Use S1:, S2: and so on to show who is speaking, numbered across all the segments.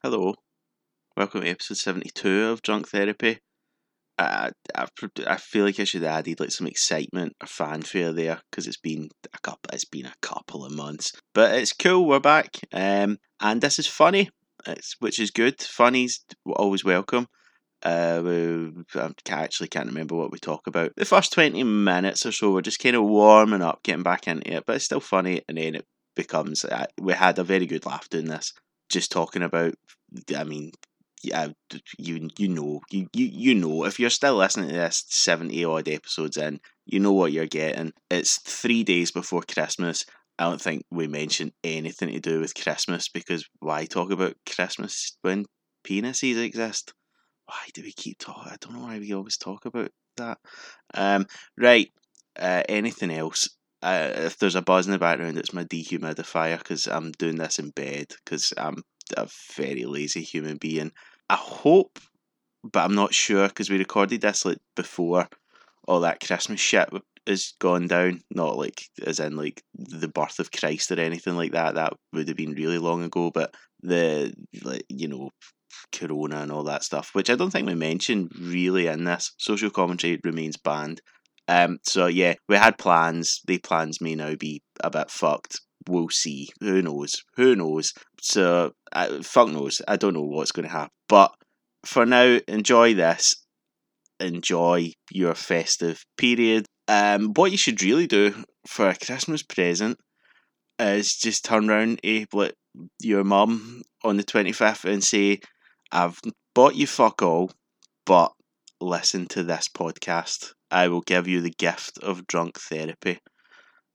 S1: Hello. Welcome to episode 72 of Drunk Therapy. I, I, I feel like I should have added like some excitement or fanfare there because it's been a couple it's been a couple of months, but it's cool. We're back, um, and this is funny, it's, which is good. Funny's always welcome. Uh, we, I ca- actually can't remember what we talk about. The first twenty minutes or so, we're just kind of warming up, getting back into it, but it's still funny, and then it becomes. I, we had a very good laugh doing this, just talking about. I mean, yeah, d- you you know you, you you know if you're still listening to this seventy odd episodes in, you know what you're getting. It's three days before Christmas. I don't think we mentioned anything to do with Christmas because why talk about Christmas when penises exist? Why do we keep talking? I don't know why we always talk about that. Um, right. Uh, anything else? Uh, if there's a buzz in the background, it's my dehumidifier because I'm doing this in bed because I'm a very lazy human being. I hope, but I'm not sure because we recorded this like before all that Christmas shit w- has gone down. Not like as in like the birth of Christ or anything like that. That would have been really long ago. But the like you know Corona and all that stuff, which I don't think we mentioned really in this social commentary remains banned. Um, so yeah, we had plans. The plans may now be a bit fucked. We'll see. Who knows? Who knows? So uh, fuck knows. I don't know what's going to happen. But for now, enjoy this. Enjoy your festive period. Um, what you should really do for a Christmas present is just turn round to like, your mum on the twenty fifth and say, "I've bought you fuck all, but listen to this podcast. I will give you the gift of drunk therapy."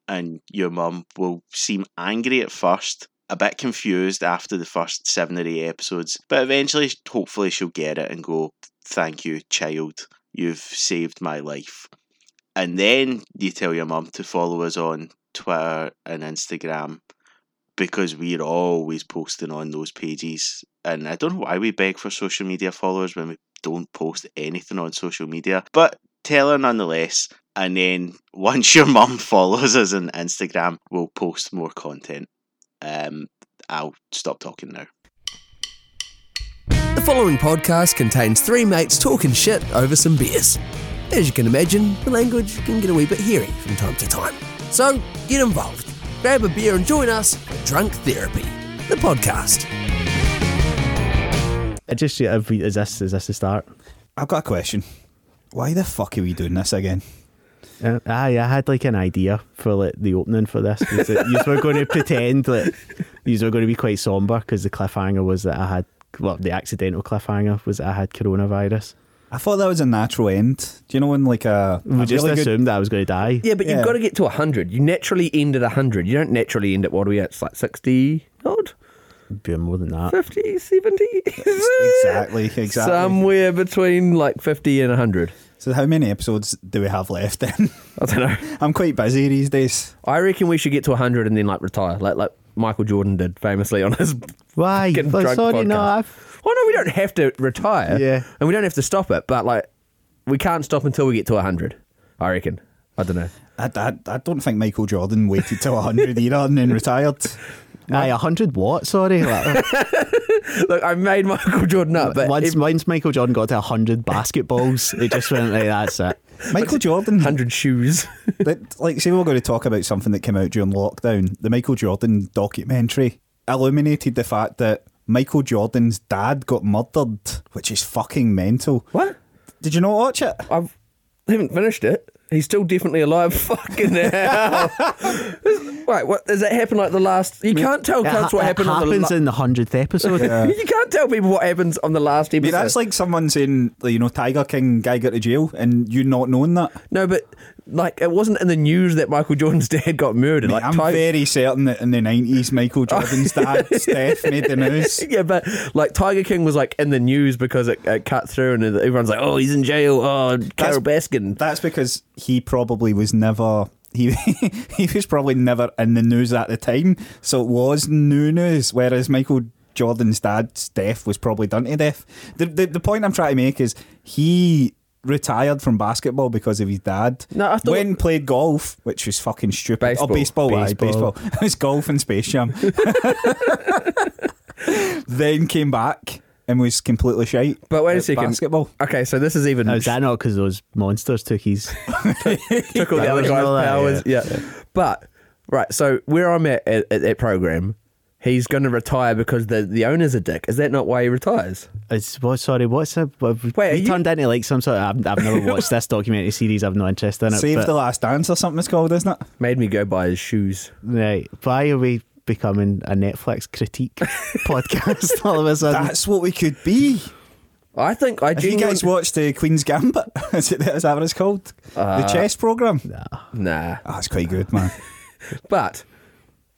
S1: And your mum will seem angry at first, a bit confused after the first seven or eight episodes, but eventually, hopefully, she'll get it and go, Thank you, child. You've saved my life. And then you tell your mum to follow us on Twitter and Instagram because we're always posting on those pages. And I don't know why we beg for social media followers when we don't post anything on social media, but tell her nonetheless. And then once your mum follows us on Instagram, we'll post more content. Um, I'll stop talking now.
S2: The following podcast contains three mates talking shit over some beers. As you can imagine, the language can get a wee bit hairy from time to time. So get involved, grab a beer, and join us for Drunk Therapy, the podcast.
S3: It just yeah, if we, is this is this the start?
S4: I've got a question. Why the fuck are we doing this again?
S3: Uh, aye, I had like an idea for like the opening for this. Was that you were going to pretend that you were going to be quite somber because the cliffhanger was that I had well the accidental cliffhanger was that I had coronavirus.
S4: I thought that was a natural end. Do you know when like a, a
S3: We just
S4: really good,
S3: assumed that I was going to die.
S5: Yeah, but
S4: Yeah.
S5: you've got to get to 100. You naturally end at 100. You don't naturally end at what are we at? It's like 60 odd?
S3: Be more than that.
S5: 50, 70?
S4: exactly exactly?
S5: Somewhere between like 50 and 100.
S4: so how many episodes do we have left? Then
S5: I don't know.
S4: I'm quite busy these days.
S5: I reckon we should get to 100 and then like retire, like like Michael Jordan did famously on his.
S3: Why?
S5: fucking
S3: Well,
S5: drug
S3: sorry,
S5: podcast.
S3: no. I've,
S5: Well, no, we don't have to retire.
S3: Yeah.
S5: And we don't have to stop it, but like we can't stop until we get to 100, I reckon. I don't know.
S4: I, I, I don't think Michael Jordan waited till 100 either and then retired.
S3: aye, hundred what? Sorry. Like,
S5: Look, I made Michael Jordan up, but
S3: once,
S5: every
S3: once Michael Jordan got to hundred basketballs, it just went like that's it.
S4: Michael Jordan,
S5: 100 shoes.
S4: that, like, say we we're going to talk about something that came out during lockdown. The Michael Jordan documentary illuminated the fact that Michael Jordan's dad got murdered, which is fucking mental.
S5: what?
S4: Did you not watch it?
S5: I've I haven't finished it. He's still definitely alive. Fucking hell! Wait, what? Does that happen like the last? You can't tell
S3: It,
S5: cunts
S3: ha-
S5: Oh, what
S3: it
S5: happened on the.
S3: happens
S5: la-
S3: in the hundredth episode.
S5: you can't tell people what happens on the last
S4: Mate,
S5: episode.
S4: that's like someone saying, like, you know, Tiger King guy got to jail, and you not knowing that.
S5: no, but like it wasn't in the news that Michael Jordan's dad got murdered.
S4: Mate,
S5: like
S4: I'm
S5: Ti-
S4: very certain that in the nineties, Michael Jordan's dad's death made the news.
S5: Yeah, but like Tiger King was like in the news because it, it cut through and everyone's like, "Oh, he's in jail." Oh, Carol Baskin.
S4: That's because he probably was never. He, he was probably never in the news at the time, so it was new news. Whereas Michael Jordan's dad's death was probably done to death. The, the, the point I'm trying to make is he retired from basketball because of his dad.
S5: No, I thought-
S4: when played golf, which was fucking stupid.
S5: Baseball.
S4: Oh, baseball, aye,
S3: Baseball.
S4: baseball. It was golf and Space Jam. then came back and was completely shite.
S5: But wait a
S4: at
S5: second.
S4: Uh, Basketball.
S5: Okay, so this is even
S3: Now, Oh, is that not because those monsters took his?
S5: took all the
S3: That
S5: other
S3: was
S5: guy's
S3: all that,
S5: powers. Yeah. But right, so where I'm at at, at that program, he's going to retire because the the owner's a dick. Is that not why he retires?
S3: It's what? Sorry, what's a? What,
S5: Wait, are
S3: he
S5: you-
S3: turned into like some sort. of... I've, I've never watched this documentary series. I've no interest in it.
S4: Save
S3: but,
S4: the last dance or something it's called, isn't it?
S5: Made me go buy his shoes.
S3: Right. Why are we becoming a Netflix critique podcast all of a sudden?
S4: That's what we could be.
S5: I think I
S4: Have you
S5: genuinely
S4: guys watched the Queen's Gambit? is, it, is that what it's called? the chess program.
S5: nah,
S4: Oh, that's quite good, man.
S5: but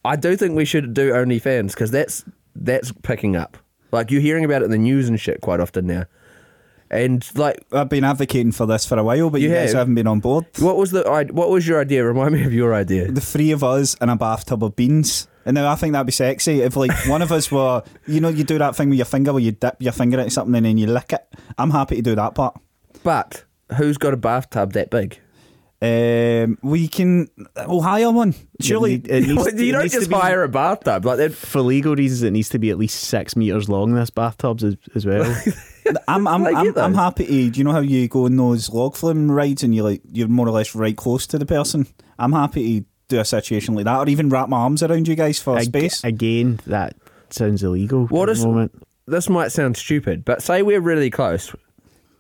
S5: I do think we should do OnlyFans because that's that's picking up. Like you're hearing about it in the news and shit quite often now. And like,
S4: I've been advocating for this for a while, but you,
S5: You
S4: guys
S5: have?
S4: haven't been on board.
S5: what was the I- what was your idea? Remind me of your idea.
S4: the three of us in a bathtub of beans. And now I think that'd be sexy if, like, one of us were, you know, you do that thing with your finger where you dip your finger into something and then you lick it. I'm happy to do that part.
S5: But who's got a bathtub that big?
S4: Um, we can, we'll hire one. Surely,
S3: need- uh, it needs-
S5: you don't
S3: needs to
S5: just
S3: be-
S5: hire a bathtub like that.
S3: For legal reasons, it needs to be at least six meters long. This bathtubs as, as well.
S4: I'm, I'm,
S5: I get
S4: I'm,
S5: that.
S4: I'm happy to. Do you know how you go on those log flume rides and you like you're more or less right close to the person? I'm happy to do a situation like that, or even wrap my arms around you guys for
S3: Ag-
S4: space.
S3: again, that sounds illegal.
S5: What
S3: at
S5: is-
S3: the moment?
S5: this might sound stupid, but say we're really close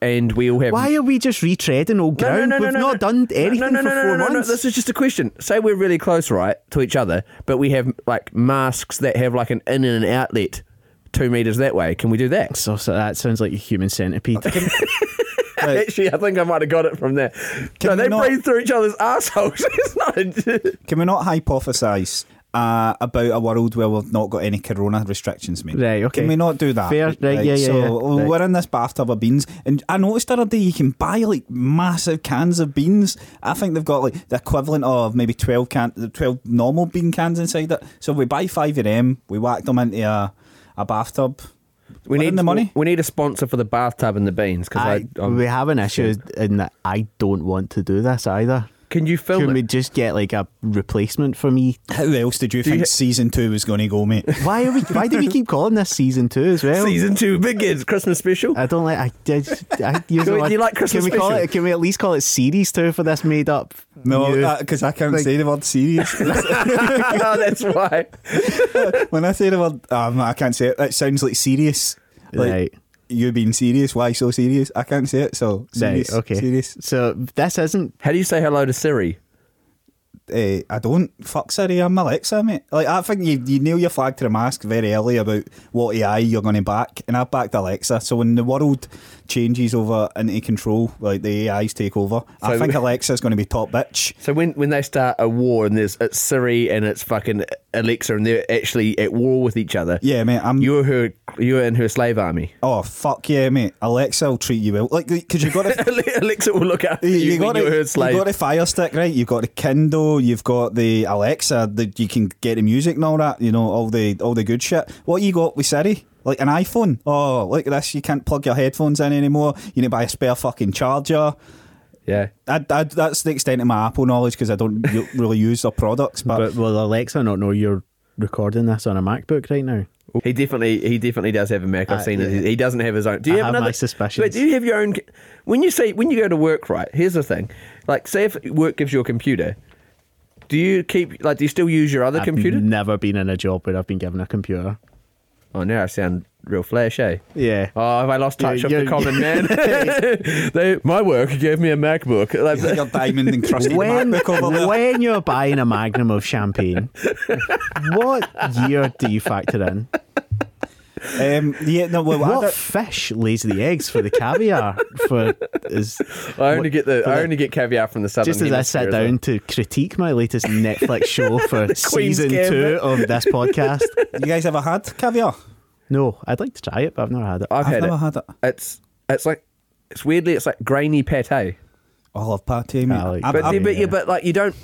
S5: and we all have.
S3: Why are we just retreading old
S5: No, no,
S3: ground?
S5: no, no,
S3: We've
S5: no,
S3: not
S5: no.
S3: done anything
S5: no, no, no,
S3: for
S5: no,
S3: four
S5: no, no,
S3: months.
S5: No, this is just a question. Say we're really close, right, to each other, but we have like masks that have like an in and an outlet two meters that way. Can we do that?
S3: So, so that sounds like a human centipede.
S4: Right.
S5: Actually, I think I might have got it from there.
S4: Can
S5: no,
S4: we
S5: they
S4: not-
S5: breathe through each other's assholes. it's not. A...
S4: Can we not hypothesise uh, about a world where we've not got any corona restrictions, mate?
S3: Right, okay.
S4: Can we not do that?
S3: Fair, right, yeah, yeah,
S4: So
S3: yeah, right.
S4: we're in this bathtub of beans, and I noticed the other day you can buy like massive cans of beans. I think they've got like the equivalent of maybe twelve can, twelve normal bean cans inside it. So we buy five of them, we whack them into a, a bathtub.
S5: We
S4: Put in
S5: need
S4: the money.
S5: We need a sponsor for the bathtub and the beans because
S3: I,
S5: I. um,
S3: we have an issue in that I don't want to do this either.
S5: Can you film
S3: Can
S5: it?
S3: we just get like a replacement for me?
S4: How else did you think
S5: ha-
S4: season two was going to go, mate?
S3: Why are we? Why do we keep calling this season two as well?
S5: Season two begins. Christmas special.
S3: I don't like. I did. I, you
S5: Can we- do you like Christmas
S3: Can we call
S5: special?
S3: it? Can we at least call it series two for this made up? new-
S4: No, because I can't say the word serious.
S5: oh, that's why.
S4: when I say the word, um, I can't say it. It sounds like serious. Like,
S3: right.
S4: you being serious. Why so serious? I can't say it. So serious.
S3: right. Okay.
S4: Serious.
S3: So this isn't.
S5: How do you say hello to Siri?
S4: Eh, I don't fuck Siri. I'm Alexa, mate. Like I think you you nail your flag to the mask very early about what AI you're going to back, and I backed Alexa. So when the world changes over into control, like the AIs take over, I
S5: So-
S4: think Alexa's going to be top bitch.
S5: So when when they start a war and there's it's Siri and it's fucking Alexa and they're actually at war with each other.
S4: Yeah, mate. I'm.
S5: You're her. You're in her slave army.
S4: oh fuck yeah, mate. Alexa will treat you well. Like because you got to.
S5: Alexa will look after you, when
S4: the,
S5: you're her slave.
S4: You got the Fire Stick, right? You've got the Kindle. You've got the Alexa. That you can get the music and all that. You know, all the all the good shit. What you got with Siri? Like an iPhone? Oh, look at this. You can't plug your headphones in anymore. You need to buy a spare fucking charger.
S5: yeah.
S4: I, I, that's the extent of my Apple knowledge because I don't u- really use their products. But,
S3: But will Alexa not know you're recording this on a MacBook right now?
S5: He definitely he definitely does have a Mac. I've
S3: Uh,
S5: seen it.
S3: yeah.
S5: He- He doesn't have his own. Do you
S3: I
S5: have,
S3: have my
S5: another
S3: suspicions.
S5: Wait, do you have your own? When you say when you go to work, right? Here's the thing. Like, say if work gives you a computer, do you keep like? Do you still use your other computer?
S3: I've never been in a job where I've been given a computer.
S5: oh, now I sound real flash, eh?
S3: Yeah.
S5: Oh, have I lost touch
S3: Yeah,
S5: of
S3: yeah,
S5: the common man? they, my work gave me a MacBook. Like,
S4: your diamond encrusted
S3: when
S4: MacBook over there.
S3: when you're buying a magnum of champagne, what year do you factor in?
S4: Um, yeah, no, well, I
S3: What
S4: don't-
S3: fish lays the eggs for the caviar? For is
S5: I only get the I only get caviar from the southern.
S3: just as I
S5: hemisphere
S3: sat
S5: well.
S3: down to critique my latest Netflix show for season
S5: Gambit.
S3: two of this podcast.
S4: you guys ever had caviar?
S3: No, I'd like to try it, but I've never had it.
S5: I've,
S4: I've
S5: had
S4: never
S5: it.
S4: had it.
S5: It's it's like it's weirdly it's like grainy pate.
S4: Oh, I love pate, mate.
S3: I like
S4: I'm-
S5: But
S4: I'm-
S5: you- but
S3: yeah.
S5: you but like you don't.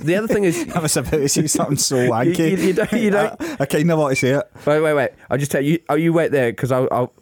S5: The other thing is.
S4: I was about to say something so wanky.
S5: you- you don't- you don't-
S4: I, I kind of want to say it.
S5: Wait, wait, wait! I'll just tell you. Oh, you wait there because I'll. I'll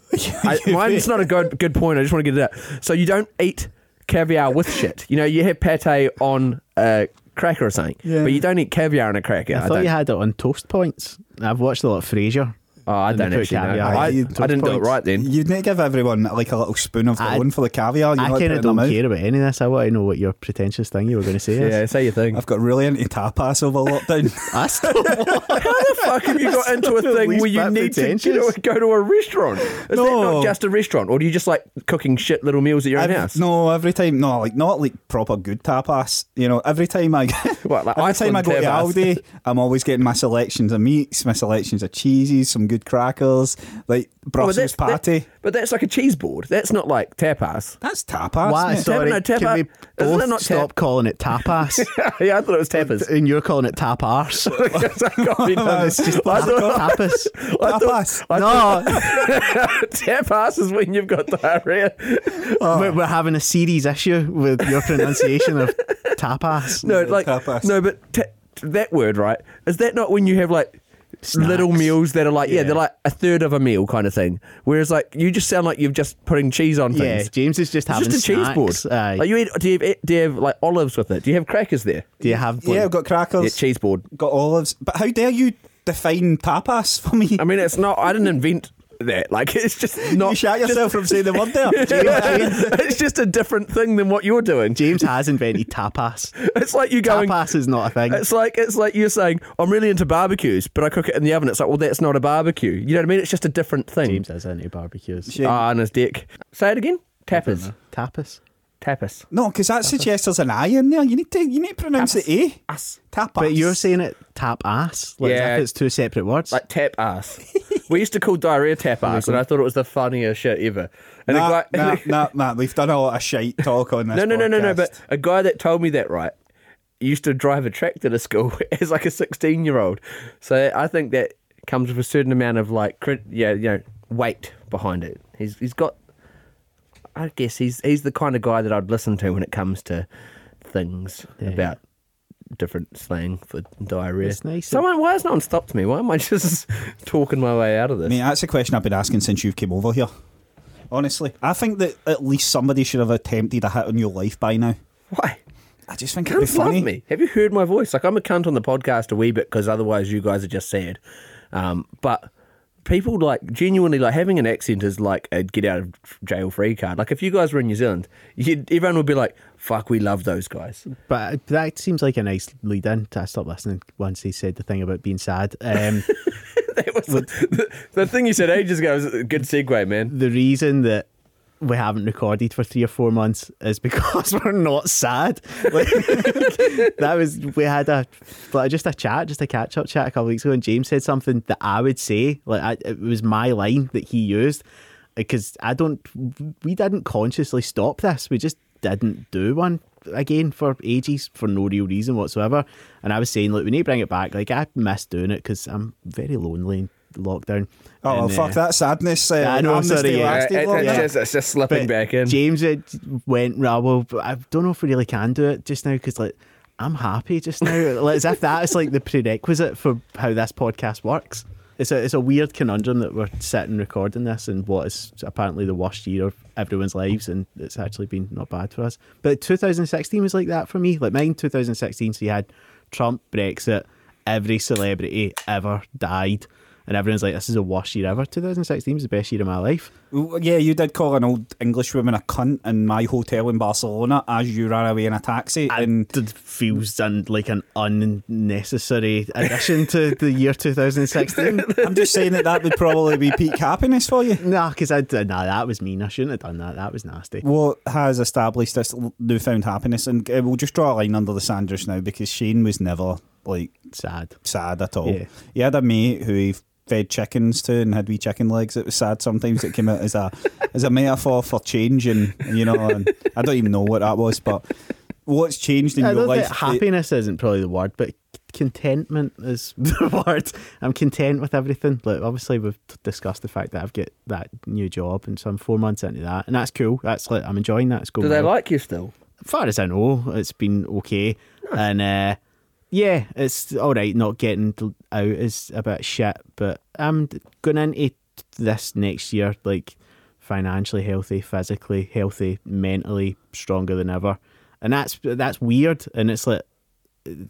S5: I, mine's not a good good point. I just want to get it out. So you don't eat caviar with shit. You know, you have pate on a cracker or something, but you don't eat caviar on a cracker.
S3: I thought
S5: don't.
S3: you had it on toast points. I've watched a lot of Frasier.
S5: Oh, I
S3: And they
S5: don't
S3: put
S5: actually know.
S3: caviar
S5: I, I
S3: in
S5: didn't
S3: those
S5: do it
S3: points.
S5: right then.
S4: You'd need to give everyone like a little spoon of their
S3: I-
S4: own for the caviar. You know,
S3: I
S4: like,
S3: kind of
S4: put it in their
S3: don't
S4: mouth.
S3: care about any of this. I want to know what your pretentious thing you were going to say
S5: Yeah,
S3: is.
S5: say your thing.
S4: I've got really into tapas over lockdown.
S3: I still
S5: How the fuck have you got into a thing
S3: least
S5: where you
S3: bit
S5: need to you know,
S3: pretentious.
S5: go to a restaurant? Is that
S4: No.
S5: not just a restaurant, or do you just like cooking shit little meals at your own
S4: Every-
S5: house?
S4: No, every time, no, like not like proper good tapas. You know, every time I,
S5: What, like
S4: every time I
S5: Iceland
S4: go to
S5: tapas?
S4: Aldi, I'm always getting my selections of meats, my selections of cheeses, some good crackers, like
S5: Oh, but
S4: Brussels
S5: that's- that-
S4: patty.
S5: but that's like a cheese board. That's not like tapas.
S4: that's tapas.
S3: Why?
S4: mate.
S3: Sorry,
S5: no,
S3: can
S5: tapa-
S3: we
S5: isn't it
S3: both
S5: not
S3: stop
S5: tap-
S3: calling it tapas?
S5: yeah, I thought it was tapas.
S3: and you're calling it tapars.
S5: I copied that.
S4: It's just
S5: I thought-
S3: tapas.
S5: I thought-
S4: Tapas.
S5: I
S3: No,
S5: thought- tapas is when you've got diarrhea.
S3: we're, we're having a serious issue with your pronunciation of tapas.
S5: No, like
S4: tapas.
S5: no, but ta- that word right is that not when you have like little
S3: Snacks.
S5: meals that are like yeah,
S3: Yeah.
S5: they're like a third of a meal kind of thing. Whereas like you just sound like you've just putting cheese on
S3: yeah,
S5: things.
S3: James is just
S5: It's
S3: having
S5: just a cheese board.
S3: snacks. Uh, Aye.
S5: Like you eat, do you, have, do you have like olives with it? Do you have crackers there?
S3: do you have?
S4: yeah, I've got crackers,
S5: Yeah, cheese board.
S4: got olives. But how dare you define tapas for me?
S5: I mean, it's not. I didn't invent that. Like it's just not.
S4: you shout yourself from saying the word there.
S5: it's just a different thing than what you're doing.
S3: James has invented tapas.
S5: It's like you going.
S3: tapas is not a thing.
S5: It's like it's like you're saying I'm really into barbecues, but I cook it in the oven. It's like, well, that's not a barbecue. You know what I mean? It's just a different thing.
S3: James is into barbecues.
S5: Ah, and his dick. Say it again. Tapas.
S3: Tapas.
S5: Tapas.
S4: No, because that suggests there's an I in there. You need to you need to pronounce it eh? the A.
S5: Ass.
S4: Tapas.
S3: But you're saying it tap ass. Like yeah.
S5: Yeah.
S3: as if it's two separate words.
S5: Like tap ass. we used to call diarrhea tap ass, and I thought it was the funniest shit ever. And
S4: nah,
S5: a guy,
S4: nah, nah, nah, we've done a lot of shite talk on this.
S5: no, no, no, no, no.
S4: podcast.
S5: But a guy that told me that right used to drive a tractor to school as like a sixteen-year-old. So I think that comes with a certain amount of like, crit- yeah, you know, weight behind it. He's he's got. I guess he's he's the kind of guy that I'd listen to when it comes to things about different slang for diarrhea.
S3: It's nice that-
S5: Someone, why has no one stopped me? Why am I just talking my way out of this?
S4: Mate, that's a question I've been asking since you've came over here. Honestly, I think that at least somebody should have attempted a hit on your life by now.
S5: Why?
S4: I just think it'd be
S5: Cunts
S4: funny.
S5: love me. Have you heard my voice? Like I'm a cunt on the podcast a wee bit because otherwise you guys are just sad. Um, but people like genuinely like having an accent is like a get out of jail free card. Like if you guys were in New Zealand, you'd, everyone would be like, "Fuck, we love those guys."
S3: But that seems like a nice lead in. I stopped listening once he said the thing about being sad. Um,
S5: That was the, the thing you said ages ago was a good segue, man.
S3: the reason that we haven't recorded for three or four months is because we're not sad. Like, that was we had a like just a chat, just a catch up chat a couple weeks ago, and James said something that I would say. Like I, it was my line that he used because I don't. We didn't consciously stop this. We just didn't do one again for ages for no real reason whatsoever. And I was saying, look, we need to bring it back. Like I miss doing it because I'm very lonely in lockdown.
S4: Oh, well,
S3: And,
S4: fuck
S3: uh,
S4: that sadness. Uh,
S3: I know, I'm
S4: amnesty
S3: sorry, yeah.
S4: lasted
S5: Uh, It-
S4: long
S5: it's,
S4: enough.
S5: just, it's just slipping
S3: but
S5: back in.
S3: James had went, "Right, well, but I don't know if we really can do it just now because, like, I'm happy just now. like, as if that is like the prerequisite for how this podcast works. It's a it's a weird conundrum that we're sitting recording this in what is apparently the worst year of everyone's lives, and it's actually been not bad for us. But 2016 was like that for me. Like mine, 2016. So you had Trump, Brexit, every celebrity ever died. And everyone's like, this is the worst year ever. 2016 was the best year of my life.
S4: Well, Yeah, you did call an old English woman a cunt in my hotel in Barcelona as you ran away in a taxi. and
S3: and feels un, like an unnecessary addition to the year 2016.
S4: I'm just saying that that would probably be peak happiness for you.
S3: nah, because I did- nah, that was mean. I shouldn't have done that. That was nasty.
S4: what has established this l- newfound happiness, and uh, we'll just draw a line under the sand just now because Shane was never like
S3: Sad.
S4: sad at all.
S3: Yeah.
S4: He had a mate who he fed chickens to and had wee chicken legs. It was sad sometimes. It came out as a as a metaphor for change, and you know, and I don't even know what that was, but what's changed in
S3: I
S4: your
S3: don't
S4: life?
S3: think happiness isn't probably the word, but c- contentment is the word. I'm content with everything. Like obviously we've t- discussed the fact that I've got that new job, and so I'm four months into that, and that's cool. That's like I'm enjoying that. It's going
S5: Do they
S3: well.
S5: like you still?
S3: far as I know, it's been okay. And uh, yeah, it's all right. Not getting l- out is a bit shit, but I'm d- going into t- this next year like financially healthy, physically healthy, mentally stronger than ever, and that's that's weird. And it's like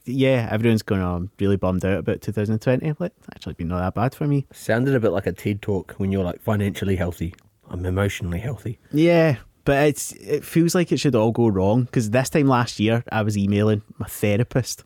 S3: yeah, everyone's going, oh, I'm really bummed out about 2020. Like, it's actually been not that bad for me.
S5: Sounded a bit like a TED talk when you're like financially healthy. I'm emotionally healthy.
S3: Yeah, but it's it feels like it should all go wrong because this time last year I was emailing my therapist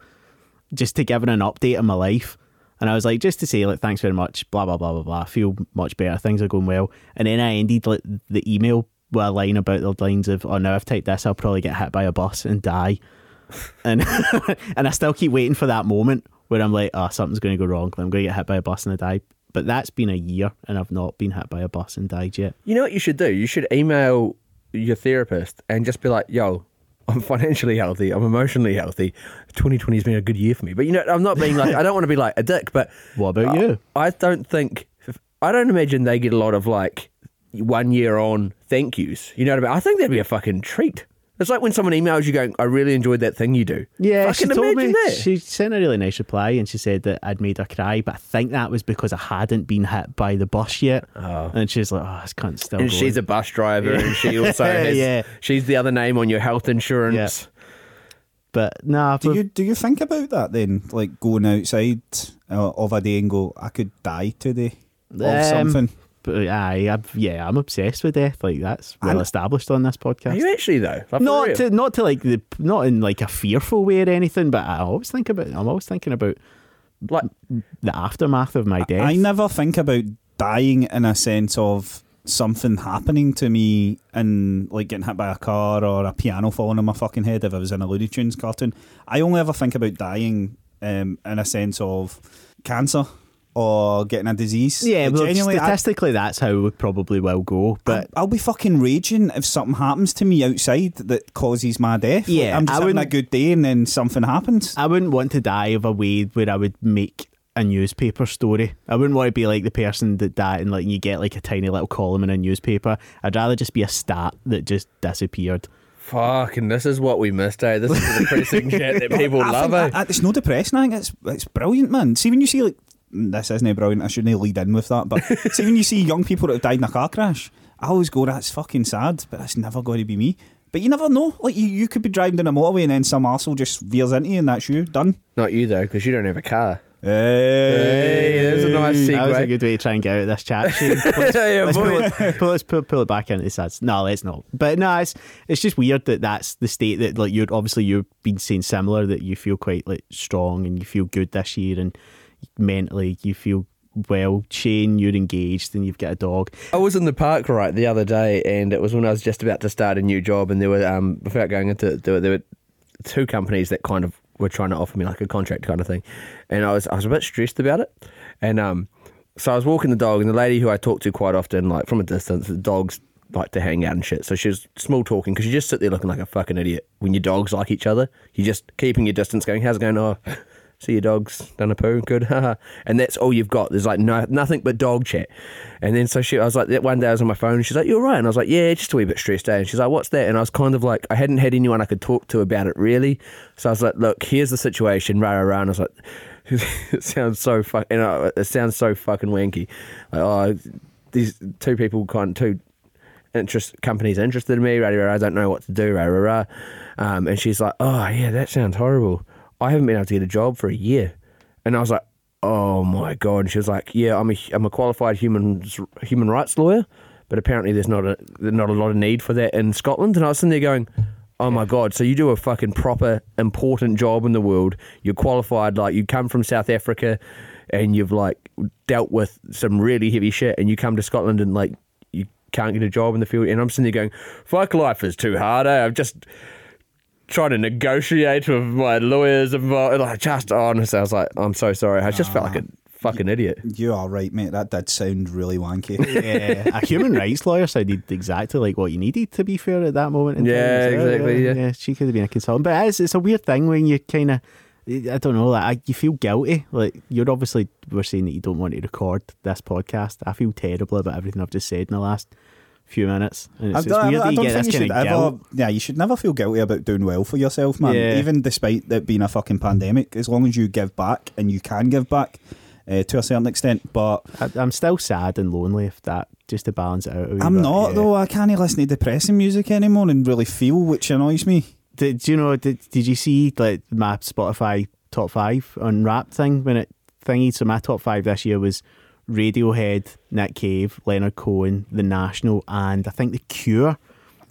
S3: just to give her an update on my life, and I was like, just to say like thanks very much, blah blah blah blah blah. I feel much better. Things are going well, and then I ended like the email with a line about the lines of, oh no, I've typed this, I'll probably get hit by a bus and die, and and I still keep waiting for that moment where I'm like, oh, something's going to go wrong. I'm going to get hit by a bus and I die. But that's been a year, and I've not been hit by a bus and died yet.
S5: You know what you should do? You should email your therapist and just be like, yo, I'm financially healthy. I'm emotionally healthy. 2020 has been a good year for me. But you know, I'm not being like, I don't want to be like a dick, but
S3: What about
S5: I-
S3: you?
S5: I don't think, I don't imagine they get a lot of like one year on thank yous. You know what I mean? I think that'd be a fucking treat. It's like when someone emails you going, I really enjoyed that thing you do.
S3: Yeah,
S5: Fucking
S3: she told me
S5: imagine that.
S3: she sent a really nice reply, and she said that I'd made her cry, but I think that was because I hadn't been hit by the bus yet. Oh. And she's like, "Oh, this cunt's still."
S5: and
S3: going."
S5: she's a bus driver and she also has,
S3: Yeah.
S5: she's the other name on your health insurance.
S3: but nah,
S4: Do
S3: but-
S4: you do you think about that then, like going outside uh, of a day and go, I could die today
S3: Um,
S4: of something?
S3: but aye, I'm, yeah, I'm obsessed with death. Like that's well
S4: I-
S3: established on this podcast.
S5: Are you actually though? Like, for
S3: not
S5: real?
S3: to not to like the not in like a fearful way or anything, but I always think about. I'm always thinking about
S5: like
S3: the aftermath of my death.
S4: I never think about dying in a sense of something happening to me and like getting hit by a car or a piano falling on my fucking head if I was in a Looney Tunes cartoon. I only ever think about dying um, in a sense of cancer or getting a disease.
S3: yeah,
S4: Like,
S3: well,
S4: genuinely, I-
S3: statistically, that's how we probably will go. But
S4: I'll be fucking raging if something happens to me outside that causes my death. Like,
S3: Yeah,
S4: I'm just
S3: I
S4: having a
S3: wouldn't-
S4: good day and then something happens.
S3: I wouldn't want to die of a way where I would make a newspaper story. I wouldn't want to be like the person that died and like you get like a tiny little column in a newspaper. I'd rather just be a stat that just disappeared.
S5: Fuck, and this is what we missed, eh? This is the depressing shit that people
S4: I
S5: love,
S4: think
S5: eh?
S4: that- that- it's no depressing. I think it's it's brilliant, man. See when you see like mm, this isn't brilliant. I shouldn't lead in with that, but see when you see young people that have died in a car crash, I always go, that's fucking sad, but that's never going to be me. But you never know. Like you, you could be driving down a motorway and then some arsehole just veers into you and that's you done.
S5: Not you though, because you don't have a car.
S4: Hey,
S5: Hey, there's a nice segue.
S3: That was a good way to try and get out of this chat. Shane. Let's,
S5: Yeah,
S3: let's, pull,
S5: boy.
S3: it, pull- let's pull, pull it back into the stats. No, let's not. But no, it's it's just weird that that's the state that like you're obviously you've been saying similar that you feel quite like strong and you feel good this year and mentally you feel well. Shane, you're engaged and you've got a dog.
S5: I was in the park right the other day, and it was when I was just about to start a new job, and there were um without going into it, there were, there were two companies that kind of were trying to offer me like a contract kind of thing, and I was I was a bit stressed about it, and um so I was walking the dog, and the lady who I talk to quite often, like from a distance, the dogs like to hang out and shit, so she was small talking because you just sit there looking like a fucking idiot when your dogs like each other. You're just keeping your distance, going, "How's it going?" Oh. See your dogs done a poo, good, haha. And that's all you've got. There's like no nothing but dog chat. And then so she, I was like, that one day I was on my phone. and She's like, you're right. And I was like, yeah, just a wee bit stressed out. And she's like, what's that? And I was kind of like, I hadn't had anyone I could talk to about it really. So I was like, look, here's the situation, rah rah rah. And I was like, it sounds so fuck, and I, it sounds so fucking wanky. Like, oh, these two people kind two interest companies interested in me. Rah, rah, rah, I don't know what to do. Rah, rah, rah. Um, and she's like, "Oh yeah, that sounds horrible. I haven't been able to get a job for a year." And I was like, "Oh my god!" And she was like, "Yeah, I'm a I'm a qualified human human rights lawyer, but apparently there's not a there's not a lot of need for that in Scotland." And I was sitting there going. Oh my god! So you do a fucking proper important job in the world. You're qualified, like you come from South Africa, and you've like dealt with some really heavy shit, and you come to Scotland and like you can't get a job in the field. And I'm sitting there going, fuck, life is too hard. Eh? I'm just trying to negotiate with my lawyers. Involved. And I just, oh, honestly, I was like, I'm so sorry. I just felt like a fucking idiot.
S4: you are right, mate. That did sound really wanky.
S3: Yeah, Uh, a human rights lawyer sounded exactly like what you needed. To be fair, at that moment, in time.
S5: Yeah,
S3: as well,
S5: exactly, yeah.
S3: she could have been a consultant, but it's, it's a weird thing when you kind of, I don't know, like I, you feel guilty. Like you're obviously we're saying that you don't want to record this podcast. I feel terrible about everything I've just said in the last few minutes, and it's,
S4: I
S3: it's
S4: don't, I
S3: weird
S4: don't- I
S3: that you
S4: don't
S3: get
S4: think
S3: this
S4: you
S3: kind
S4: should
S3: of
S4: ever.
S3: guilt.
S4: Yeah, you should never feel guilty about doing well for yourself, man.
S3: Yeah.
S4: Even despite it being a fucking pandemic, as long as you give back and you can give back uh, to a certain extent. But
S3: I, I'm still sad and lonely if that just to balance it out. a wee
S4: I'm
S3: bit,
S4: not
S3: yeah.
S4: though. I can't listen to depressing music anymore and really feel, which annoys me.
S3: Did do you know? Did, did you see like my Spotify top five unwrapped thing when it thingy? So my top five this year was Radiohead, Nick Cave, Leonard Cohen, The National, and I think The Cure.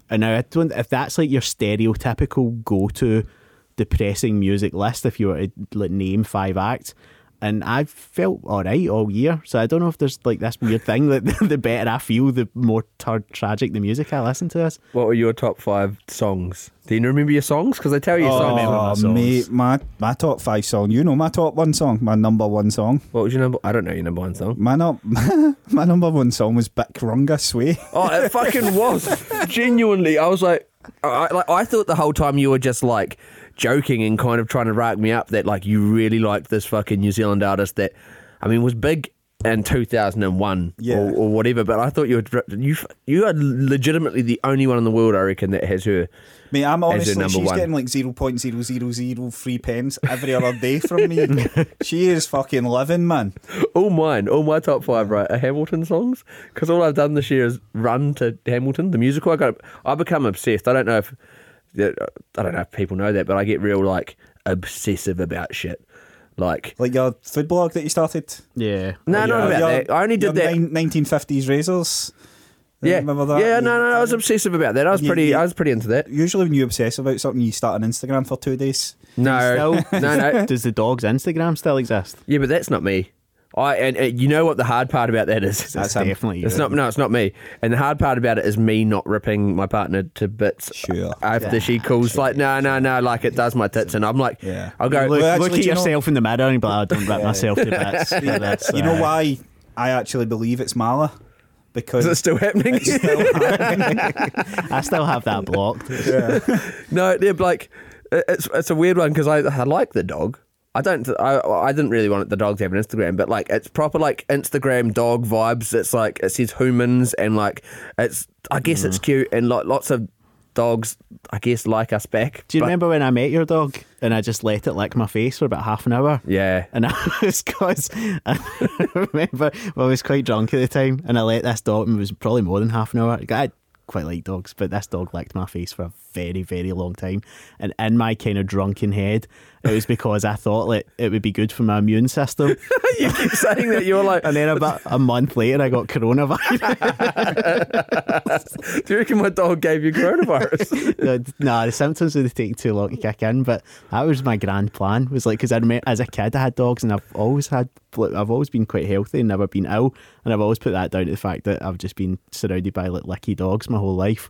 S3: And now I don't if that's like your stereotypical go-to depressing music list. If you were to like name five acts. And I've felt all right all year, so I don't know if there's like this weird thing that the better I feel, the more tar- tragic the music I listen to is.
S5: What were your top five songs? Do you remember your songs? Because I tell you
S3: I
S5: songs.
S3: remember my
S4: Oh,
S3: songs.
S4: mate, my, my top five song. You know my top one song, my number one song.
S5: What was your number? I don't know your number one song.
S4: My, no, my number one song was Bikrunga Sway.
S5: Oh, it fucking was. Genuinely, I was like, I, I- like, I thought the whole time you were just like joking and kind of trying to rack me up that like you really liked this fucking New Zealand artist that, I mean, was big in 2001
S4: Yeah.
S5: or, or whatever. But I thought you were dr- you f- you are legitimately the only one in the world I reckon that has her.
S4: Mate, I'm
S5: your
S4: honestly,
S5: number
S4: she's
S5: one.
S4: getting like 0.0003 pence every other day from me. she is fucking living, man.
S5: All Oh, mine, all my top five, right, are Hamilton songs. Because all I've done this year is run to Hamilton, the musical. I got, I become obsessed. I don't know if, uh, I don't know if people know that, but I get real like obsessive about shit. Like,
S4: Like your food blog that you started.
S3: Yeah.
S5: no, not
S3: Like,
S4: Your-
S5: about that. I only
S4: your
S5: did that.
S4: nine- 1950s razors.
S5: yeah,
S4: remember that?
S5: yeah,
S4: You-
S5: no, no, I was obsessive about that. I was
S4: You-
S5: pretty,
S4: you-
S5: I was pretty into that.
S4: Usually, when you obsess about something, you start on Instagram for two days.
S5: No, no,
S3: still-
S5: no.
S3: Does the dog's Instagram still exist?
S5: Yeah, but that's not me. I and, and you know what the hard part about that is?
S3: That's
S4: him.
S3: definitely
S5: It's
S3: you.
S5: not no, it's not me. And the hard part about it is me not ripping my partner to bits
S4: Sure.
S5: after she calls like no no no like it does my tits and I'm like
S4: Yeah.
S5: I'll go
S3: Look,
S4: Well, actually,
S3: look at
S4: do you know-
S3: yourself in the mirror and be like, I don't rip myself to bits. That's,
S4: you know
S3: uh,
S4: why I actually believe it's Mala? Because
S5: is it still happening?
S4: it's still happening.
S3: I still have that blocked.
S5: no, they're like it- it's it's a weird one because I I like the dog. I don't I I didn't really want the dog to have an Instagram, but like it's proper like Instagram dog vibes. It's like it says humans and like it's I guess it's cute and like lots of dogs I guess like us back.
S3: Do you
S5: but-
S3: remember when I met your dog and I just let it lick my face for about half an hour?
S5: Yeah.
S3: And I was, cause I remember well, I was quite drunk at the time and I let this dog, and it was probably more than half an hour. I quite like dogs, but this dog licked my face for a very, very long time. And in my kind of drunken head, it was because I thought like, it would be good for my immune system.
S5: you keep saying that you're like.
S3: And then about a month later, I got coronavirus.
S5: do you reckon my dog gave you coronavirus?
S3: no, nah, the symptoms would have taken too long to kick in, but that was my grand plan. Was like because I remember as a kid I had dogs, and I've always had, like, I've always been quite healthy and never been ill, and I've always put that down to the fact that I've just been surrounded by like licky dogs my whole life.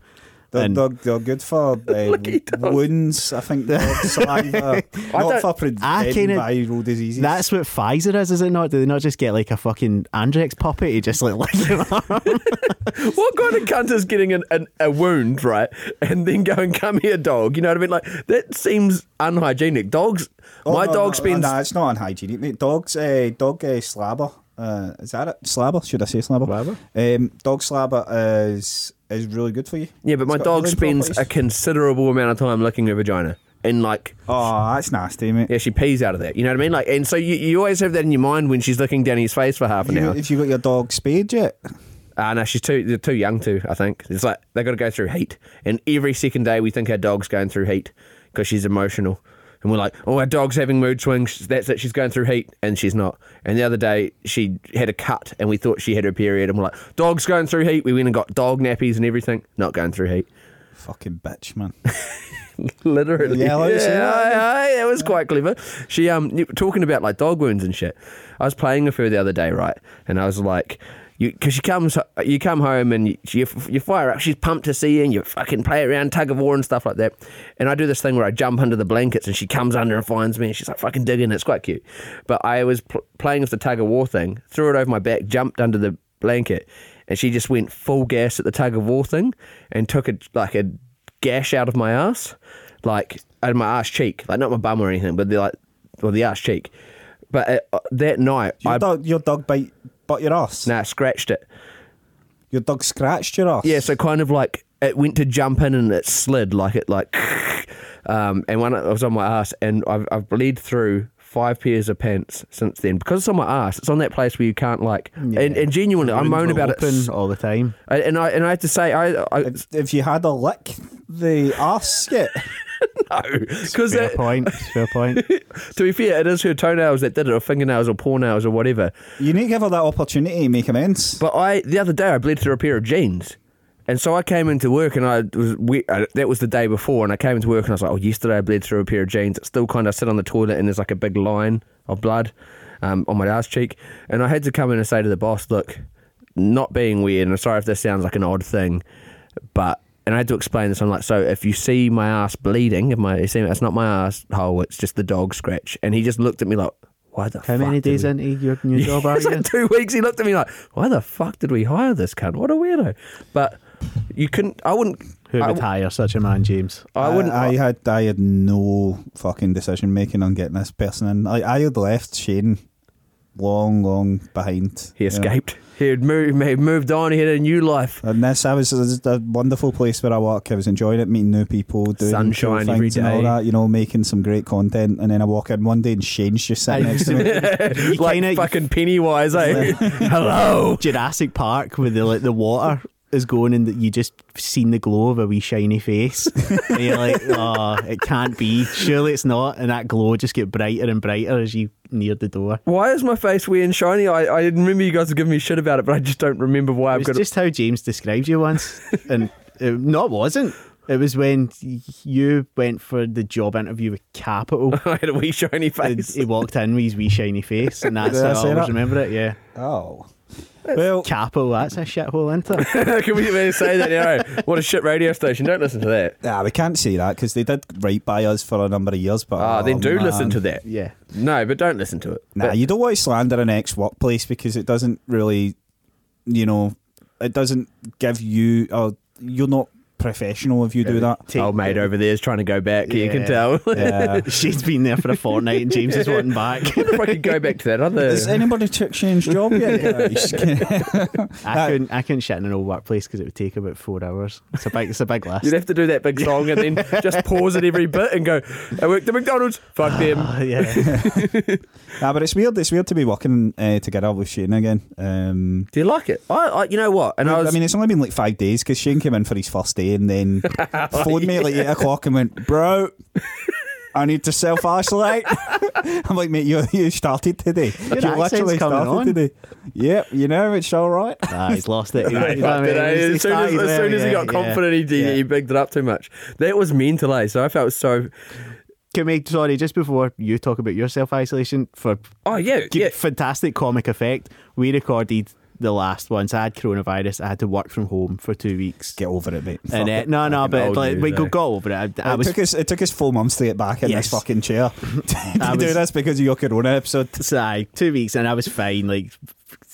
S4: They're,
S3: And
S4: they're, they're good for uh, wounds, I think. dog saliva.
S5: don't-
S4: Not for
S3: I
S4: preventing
S3: kinda-
S4: viral diseases.
S3: that's what Pfizer is, is it not? Do they not just get like a fucking Andrex puppet to just like lick your arm?
S5: what kind of cunt is getting an, an, a wound, right? And then go and come here, dog. You know what I mean? Like, that seems unhygienic. Dogs.
S4: Oh,
S5: my
S4: no,
S5: dog
S4: no,
S5: spends.
S4: No, it's not unhygienic, mate. Dogs, uh, dog uh, slabber. Uh, is that it? Slabber? Should I say slabber?
S3: Slabber?
S4: Um, dog slabber is is really good for you.
S5: yeah, but
S4: It's
S5: my
S4: got
S5: dog
S4: healing
S5: spends a
S4: properties.
S5: considerable amount of time licking her vagina. And, like,
S4: Oh, that's nasty, mate.
S5: yeah, she pees out of that. You know what I mean? Like, and so you, you always have that in your mind when she's looking down his face for half
S4: Have
S5: an
S4: you,
S5: hour.
S4: got- have you got your dog spayed yet?
S5: Ah, no, she's too they're too young to. I think it's like they got to go through heat, and every second day we think our dog's going through heat because she's emotional, and we're like, oh, our dog's having mood swings. That's it. She's going through heat, and she's not. And the other day she had a cut, and we thought she had her period, and we're like, dog's going through heat. We went and got dog nappies and everything. Not going through heat.
S4: Fucking bitch, man.
S5: Literally.
S4: Yeah, like you said,
S5: aye, aye, that was quite clever. She um you- talking about like dog wounds and shit. I was playing with her the other day, right? And I was like, you because she comes, you come home and you, you you fire up. She's pumped to see you, and you fucking play around tug of war and stuff like that. And I do this thing where I jump under the blankets, and she comes under and finds me, and she's like fucking digging. It's quite cute. But I was pl- playing with the tug of war thing, threw it over my back, jumped under the blanket. And she just went full gas at the tug of war thing and took a like a gash out of my ass, like out of my ass cheek, like not my bum or anything, but the like, well, the ass cheek. But uh, uh, that night,
S4: Your,
S5: I
S4: dog, your dog bite butt your ass.
S5: nah scratched it.
S4: Your dog scratched your ass.
S5: Yeah, so kind of like it went to jump in and it slid like it like, um, and when I was on my ass and I've I've bled through five pairs of pants since then because it's on my ass. It's on that place where you can't like, and, and genuinely, I moan about
S3: open
S5: it.
S3: all the time.
S5: And I and I have to say, I, I
S4: If- If you had a lick, the arse yet?
S5: No, because
S3: Fair point. Fair point.
S5: to be fair, it is her toenails that did it, or fingernails, or paw nails, or whatever.
S4: You need to give her that opportunity to make amends.
S5: But I, the other day, I bled through a pair of jeans. And so I came into work and I was, we, uh, that was the day before. And I came into work and I was like, oh, yesterday I bled through a pair of jeans. It's still kind of sit on the toilet and there's like a big line of blood um, on my ass cheek. And I had to come in and say to the boss, look, not being weird, and I'm sorry if this sounds like an odd thing, but, and I had to explain this. I'm like, so if you see my ass bleeding, if my, you see, that's not my ass hole, it's just the dog scratch. And he just looked at me like, why the
S3: How
S5: fuck
S3: many
S5: did
S3: days
S5: we
S3: into your new
S5: yeah,
S3: job are
S5: it's
S3: you?
S5: like two weeks. He looked at me like, "Why the fuck did we hire this cunt? What a weirdo!" But you couldn't. I wouldn't.
S3: Who
S5: I,
S3: would uh, hire such a man, James?
S5: I wouldn't.
S4: I, I had I had no fucking decision making on getting this person in. I, I had left Shane long, long behind.
S5: he
S4: you know.
S5: escaped. He had moved. He had moved on. He had a new life.
S4: And this, I was it was a wonderful place where I work. I was enjoying it, meeting new people, doing cool
S5: Sunshine
S4: things
S5: every
S4: and all
S5: day.
S4: that. You know, making some great content. And then I walk in one day and Shane's just sitting next to me.
S5: like
S3: kinda-
S5: fucking Pennywise, eh? Hello.
S3: Jurassic Park with the like the water is going and you just seen the glow of a wee shiny face. and you're like, oh, it can't be. Surely it's not. And that glow just get brighter and brighter as you neared the door.
S5: Why is my face weird and shiny? I, I remember you guys were giving me shit about it, but I just don't remember why I've
S3: It
S5: got
S3: was
S5: it.
S3: just how James described you once, and it, no, it wasn't. It was when you went for the job interview with Capital.
S5: I had a wee shiny
S3: and
S5: face.
S3: he walked in with his wee shiny face, and that's
S4: Did
S3: how
S4: I
S3: I
S4: say
S3: always
S4: that?
S3: remember it. Yeah,
S4: oh, well,
S3: Capital. That's a shithole, isn't it?
S5: Can we even say that? You know, what a shit radio station. Don't listen to that.
S4: nah, we can't say that because they did right by us for a number of years. But oh,
S5: Ah, then do
S4: man.
S5: listen to that.
S3: Oh, Yeah.
S5: No, but don't listen to it.
S4: Nah, you don't want to slander an ex workplace because it doesn't really, you know, it doesn't give you, or you're not professional if you do that. Uh,
S3: Take-
S5: Old mate over there is trying to go back. You can
S3: Yeah.
S5: tell.
S4: Yeah.
S3: She's been there for a fortnight, and James is wanting back.
S5: if I could go back to that other.
S4: Has anybody took Shane's job yet, guys?
S3: I couldn't. I couldn't shit in an old workplace because it would take about four hours. It's a big. It's a big list.
S5: You'd have to do that big song and then just pause at every bit and go, I worked at McDonald's, fuck them.
S3: Oh, yeah.
S4: nah, but it's weird. It's weird to be working uh, together with Shane again. Um,
S5: Do you like it? I, I You know what? And I was.
S4: I mean, it's only been like five days because Shane came in for his first day and then phoned me at like eight o'clock and went, "Bro, I need to self isolate." I'm like, "Mate, you you started today.
S3: Your
S4: you
S3: accent's coming on."
S4: today. Yep, you know it's all right."
S3: Nah, he's lost it. You know
S5: Fuck
S3: what I mean?
S5: that, eh?
S3: He
S5: As soon as,
S3: started
S5: as, soon
S3: there,
S5: as he
S3: yeah,
S5: got
S3: yeah,
S5: confident, he, did-
S3: yeah.
S5: he bigged it up too much. That was mental, eh? So I felt so.
S3: Can we, sorry, just before you talk about your self isolation for
S5: Oh, yeah.
S3: g-
S5: yeah.
S3: fantastic comic effect, we recorded the last one. So I had coronavirus. I had to work from home for two weeks.
S4: Get over it, mate.
S3: and
S4: Fuck
S3: uh,
S4: it.
S3: no, no, but
S5: old
S3: like,
S5: news,
S3: we
S5: eh?
S3: go, go over it. I, I
S4: it
S3: was
S4: took us it took us four months to get back in
S3: Yes.
S4: this fucking chair to
S3: I
S4: do
S3: was-
S4: this because of your Corona episode.
S3: so, aye, two weeks, and I was fine. Like,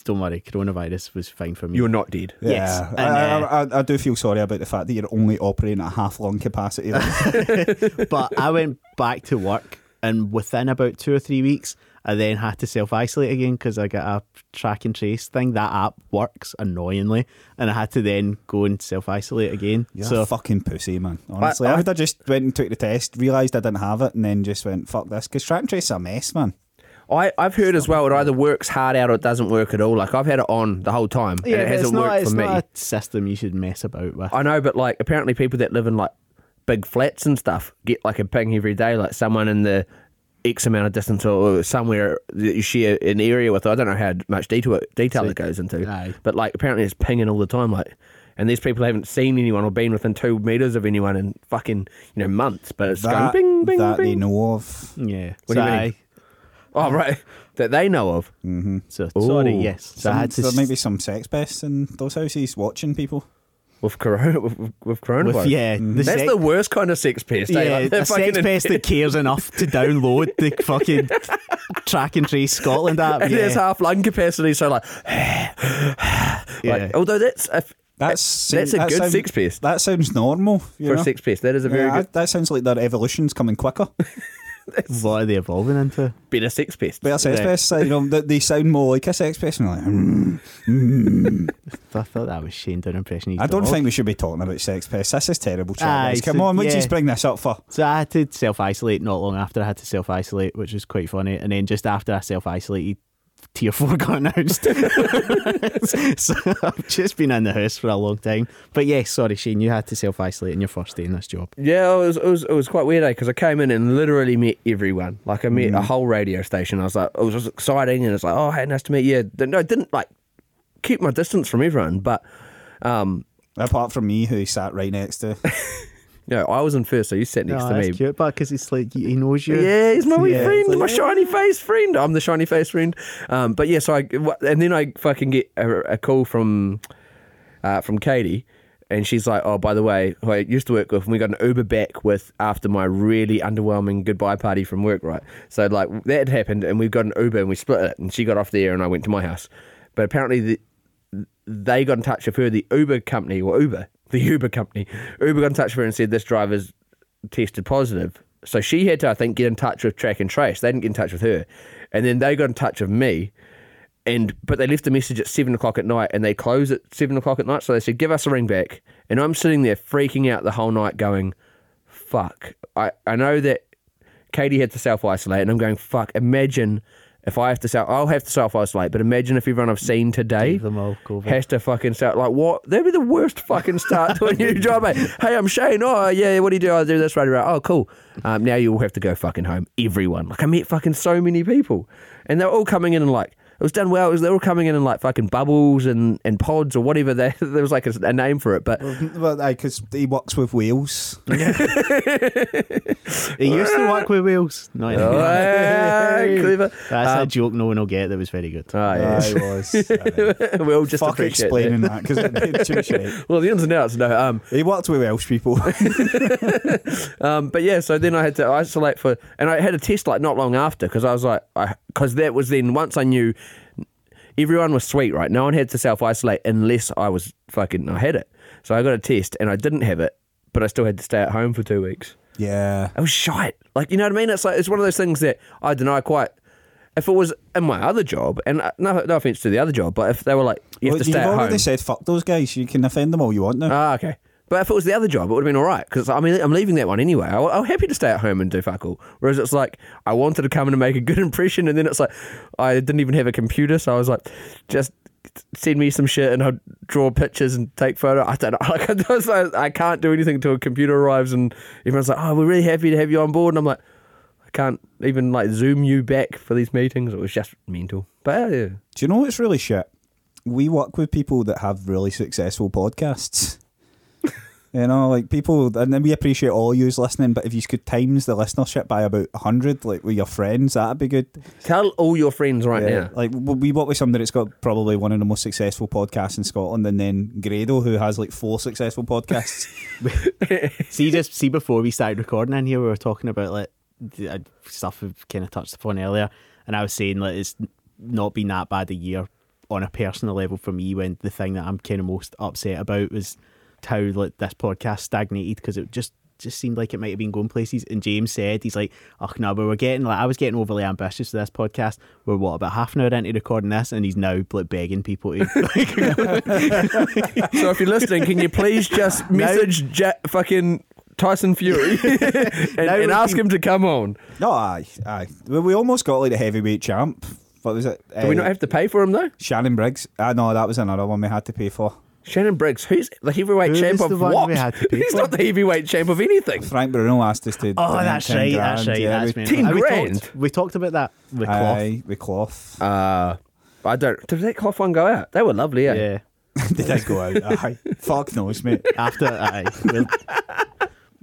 S3: don't worry, coronavirus was fine for me.
S5: You're not dead.
S4: Yeah,
S3: Yes, and,
S4: I,
S3: uh,
S4: I, I, I do feel sorry about the fact that you're only operating at half lung capacity.
S3: but I went back to work, and within about two or three weeks, I then had to self isolate again because I got a track and trace thing. That app works annoyingly, and I had to then go and self isolate again.
S4: You're
S3: so
S4: a fucking pussy, man. Honestly,
S5: I-
S4: I, would have just went and took the test, realised I didn't have it, and then just went fuck this because track and trace is a mess, man.
S5: I, I've heard as well, it either works hard out or it doesn't work at all. Like, I've had it on the whole time
S3: yeah,
S5: and it
S3: but
S5: hasn't
S3: it's not,
S5: worked
S3: it's
S5: for me.
S3: not a system you should mess about with.
S5: I know, but like apparently people that live in like big flats and stuff get like a ping every day, like someone in the X amount of distance or, or somewhere that you share an area with. I don't know how much detail detail it goes into,
S3: Aye.
S5: but like apparently it's pinging all the time, like. And these people haven't seen anyone or been within two meters of anyone in fucking you know months, but it's
S4: That,
S5: going bing bing
S4: that they
S5: bing.
S4: know of.
S3: yeah,
S5: What do
S3: so
S5: you mean?
S3: I-
S5: Oh right, that they know of.
S3: so sorry,
S5: Ooh.
S3: yes. So I had to
S4: there might be some sex pests in those houses watching people.
S5: With corona, with, with coronavirus.
S3: with, yeah, the
S5: Mm. that's
S3: sec-
S5: the worst kind of sex pest. eh?
S3: Yeah,
S5: Like, they're
S3: a sex
S5: fucking-
S3: pest that cares enough to download the fucking track and trace Scotland app.
S5: and
S3: Yeah,
S5: there's half lung capacity. So like,
S3: yeah.
S5: like although that's if
S4: That's
S5: that's a
S4: that
S5: good
S4: sound-
S5: sex pest
S4: That sounds normal. You
S5: for
S4: know?
S5: a sex pest. That is a very
S4: Yeah,
S5: good
S4: that sounds like their evolution's coming quicker.
S3: what are they evolving into?
S5: better sex pest.
S4: Better sex
S3: Yeah.
S4: pests, you know, they, they sound more like a sex pest. And you're like, "Hmm."
S3: I thought that was Shane down impression.
S4: I don't
S3: think.
S4: think we should be talking about sex pests. This is terrible. chat,
S3: Aye,
S4: guys. Come
S3: so-
S4: on, what'd
S3: yeah.
S4: you bring this up for?
S3: So I had to self isolate not long after I had to self isolate, which was quite funny. And then just after I self isolated, tier four got announced. so I've just been in the house for a long time. But yes, sorry, Shane, you had to self isolate on your first day in this job.
S5: Yeah, it was it was, it was quite weird because I came in and literally met everyone. Like I met
S3: Mm.
S5: a whole radio station. I was like, it was just exciting, and it's like, oh, hey, nice to meet you. Th- No, I didn't like keep my distance from everyone, but um,
S4: Apart from me, who he sat right next to.
S5: you know, I was in first, so you sat next
S3: Oh,
S5: to
S3: that's
S5: me.
S3: cute, but because it's like he knows you.
S5: Yeah, he's my wee
S3: Yeah,
S5: friend,
S3: it's like,
S5: my shiny face friend. I'm the shiny face friend. Um, but yeah, so I wha- and then I fucking get a, a call from uh, from Katie, and she's like, "Oh, by the way, who I used to work with, and we got an Uber back with after my really underwhelming goodbye party from work, right? So like that had happened, and we got an Uber and we split it, and she got off there, and I went to my house. But apparently the they got in touch with her, the Uber company, or Uber, the Uber company. Uber got in touch with her and said this driver's tested positive. So she had to, I think, get in touch with Track and Trace. They didn't get in touch with her. And then they got in touch with me. And but they left a message at seven o'clock at night and they close at seven o'clock at night. So they said, Give us a ring back. And I'm sitting there freaking out the whole night going, Fuck. I, I know that Katie had to self isolate and I'm going, Fuck, imagine if I have to self I'll have to self isolate, but imagine if everyone I've seen today
S3: Leave them all COVID.
S5: has to fucking start. Like, what? That'd be the worst fucking start to a new job, mate. Hey, I'm Shane. Oh, yeah, what do you do? I do this, right, right. Oh, cool. Um, now you all have to go fucking home. Everyone. Like, I met fucking so many people. And they're all coming in and like, it was done well. It was, they were all coming in in like fucking bubbles and, and pods or whatever. They, there was like a, a name for it. But
S4: well, because he works with whales.
S3: He used to work with wheels. No, he didn't.
S5: Hey, clever.
S3: That's a
S5: Um,
S3: joke no one will get that was very good.
S5: Oh, yeah.
S4: I was.
S5: we all just
S4: Fuck
S5: appreciate
S4: explaining that because
S5: that. Well, the ins and outs, no. Um,
S4: He worked with Welsh people.
S5: Um, but yeah, so then I had to isolate for, and I had a test like not long after because I was like, because that was then once I knew everyone was sweet, right? No one had to self isolate unless I was fucking I had it. So I got a test and I didn't have it, but I still had to stay at home for two weeks.
S4: yeah.
S5: I was shite. Like you know what I mean? It's like it's one of those things that I deny quite. If it was in my other job, and uh, no, no offense to the other job, but if they were like, you have
S4: Well,
S5: to stay
S4: you've
S5: at
S4: already
S5: home.
S4: said fuck those guys. You can offend them all you want now.
S5: Ah, okay. But if it was the other job, it would have been all right because I mean I'm leaving that one anyway. I, I'm happy to stay at home and do fuck all. Whereas it's like I wanted to come in and make a good impression, and then it's like I didn't even have a computer, so I was like, just send me some shit and I'll draw pictures and take photo. I don't know. Like I, was like, I can't do anything until a computer arrives, and everyone's like, oh, we're really happy to have you on board, and I'm like, I can't even like zoom you back for these meetings. It was just mental. But uh, yeah,
S4: Do you know what's really shit? We work with people that have really successful podcasts. you know, like people, and then we appreciate all yous listening. But if you could times the listenership by about hundred, like with your friends, that'd be good.
S5: tell all your friends right now.
S4: Like w- we work with somebody that's got probably one of the most successful podcasts in Scotland, and then Grado, who has like four successful podcasts.
S3: See, just see before we started recording in here, we were talking about like the, uh, stuff we've kind of touched upon earlier, and I was saying like it's not been that bad a year on a personal level for me. When the thing that I'm kind of most upset about was how like this podcast stagnated because it just just seemed like it might have been going places. And James said he's like, "Oh no, but we're getting like I was getting overly ambitious with this podcast. We're what about half an hour into recording this, and he's now like begging people to
S5: So if you're listening, can you please just message ja- fucking Tyson Fury and, and
S3: we
S5: ask
S3: can-
S5: him to come on?
S4: no, aye, aye. We, we almost got like the heavyweight champ. What was it? Uh,
S5: Do we not have to pay for him though?
S4: Shannon Briggs? Ah, no, that was another one we had to pay for.
S5: Shannon Briggs, who's the heavyweight
S3: Who
S5: champ
S3: was
S5: of
S3: the one
S5: what?
S3: we had to pay
S5: He's
S3: for?
S5: not the heavyweight champ of anything.
S4: Frank Bruno asked us to.
S3: Oh,
S4: donate
S3: that's
S4: 10
S3: right,
S4: grand.
S3: that's right,
S4: Yeah,
S3: that's
S4: we-
S3: me.
S5: 10
S3: And we
S5: grand?
S3: talked- We talked about that with cloth.
S4: Aye, with cloth.
S5: Uh, I don't. Did that cough one go out? They were lovely, eh? yeah.
S3: Yeah.
S4: Did I go out? Aye. Fuck knows, mate.
S3: After aye. Well,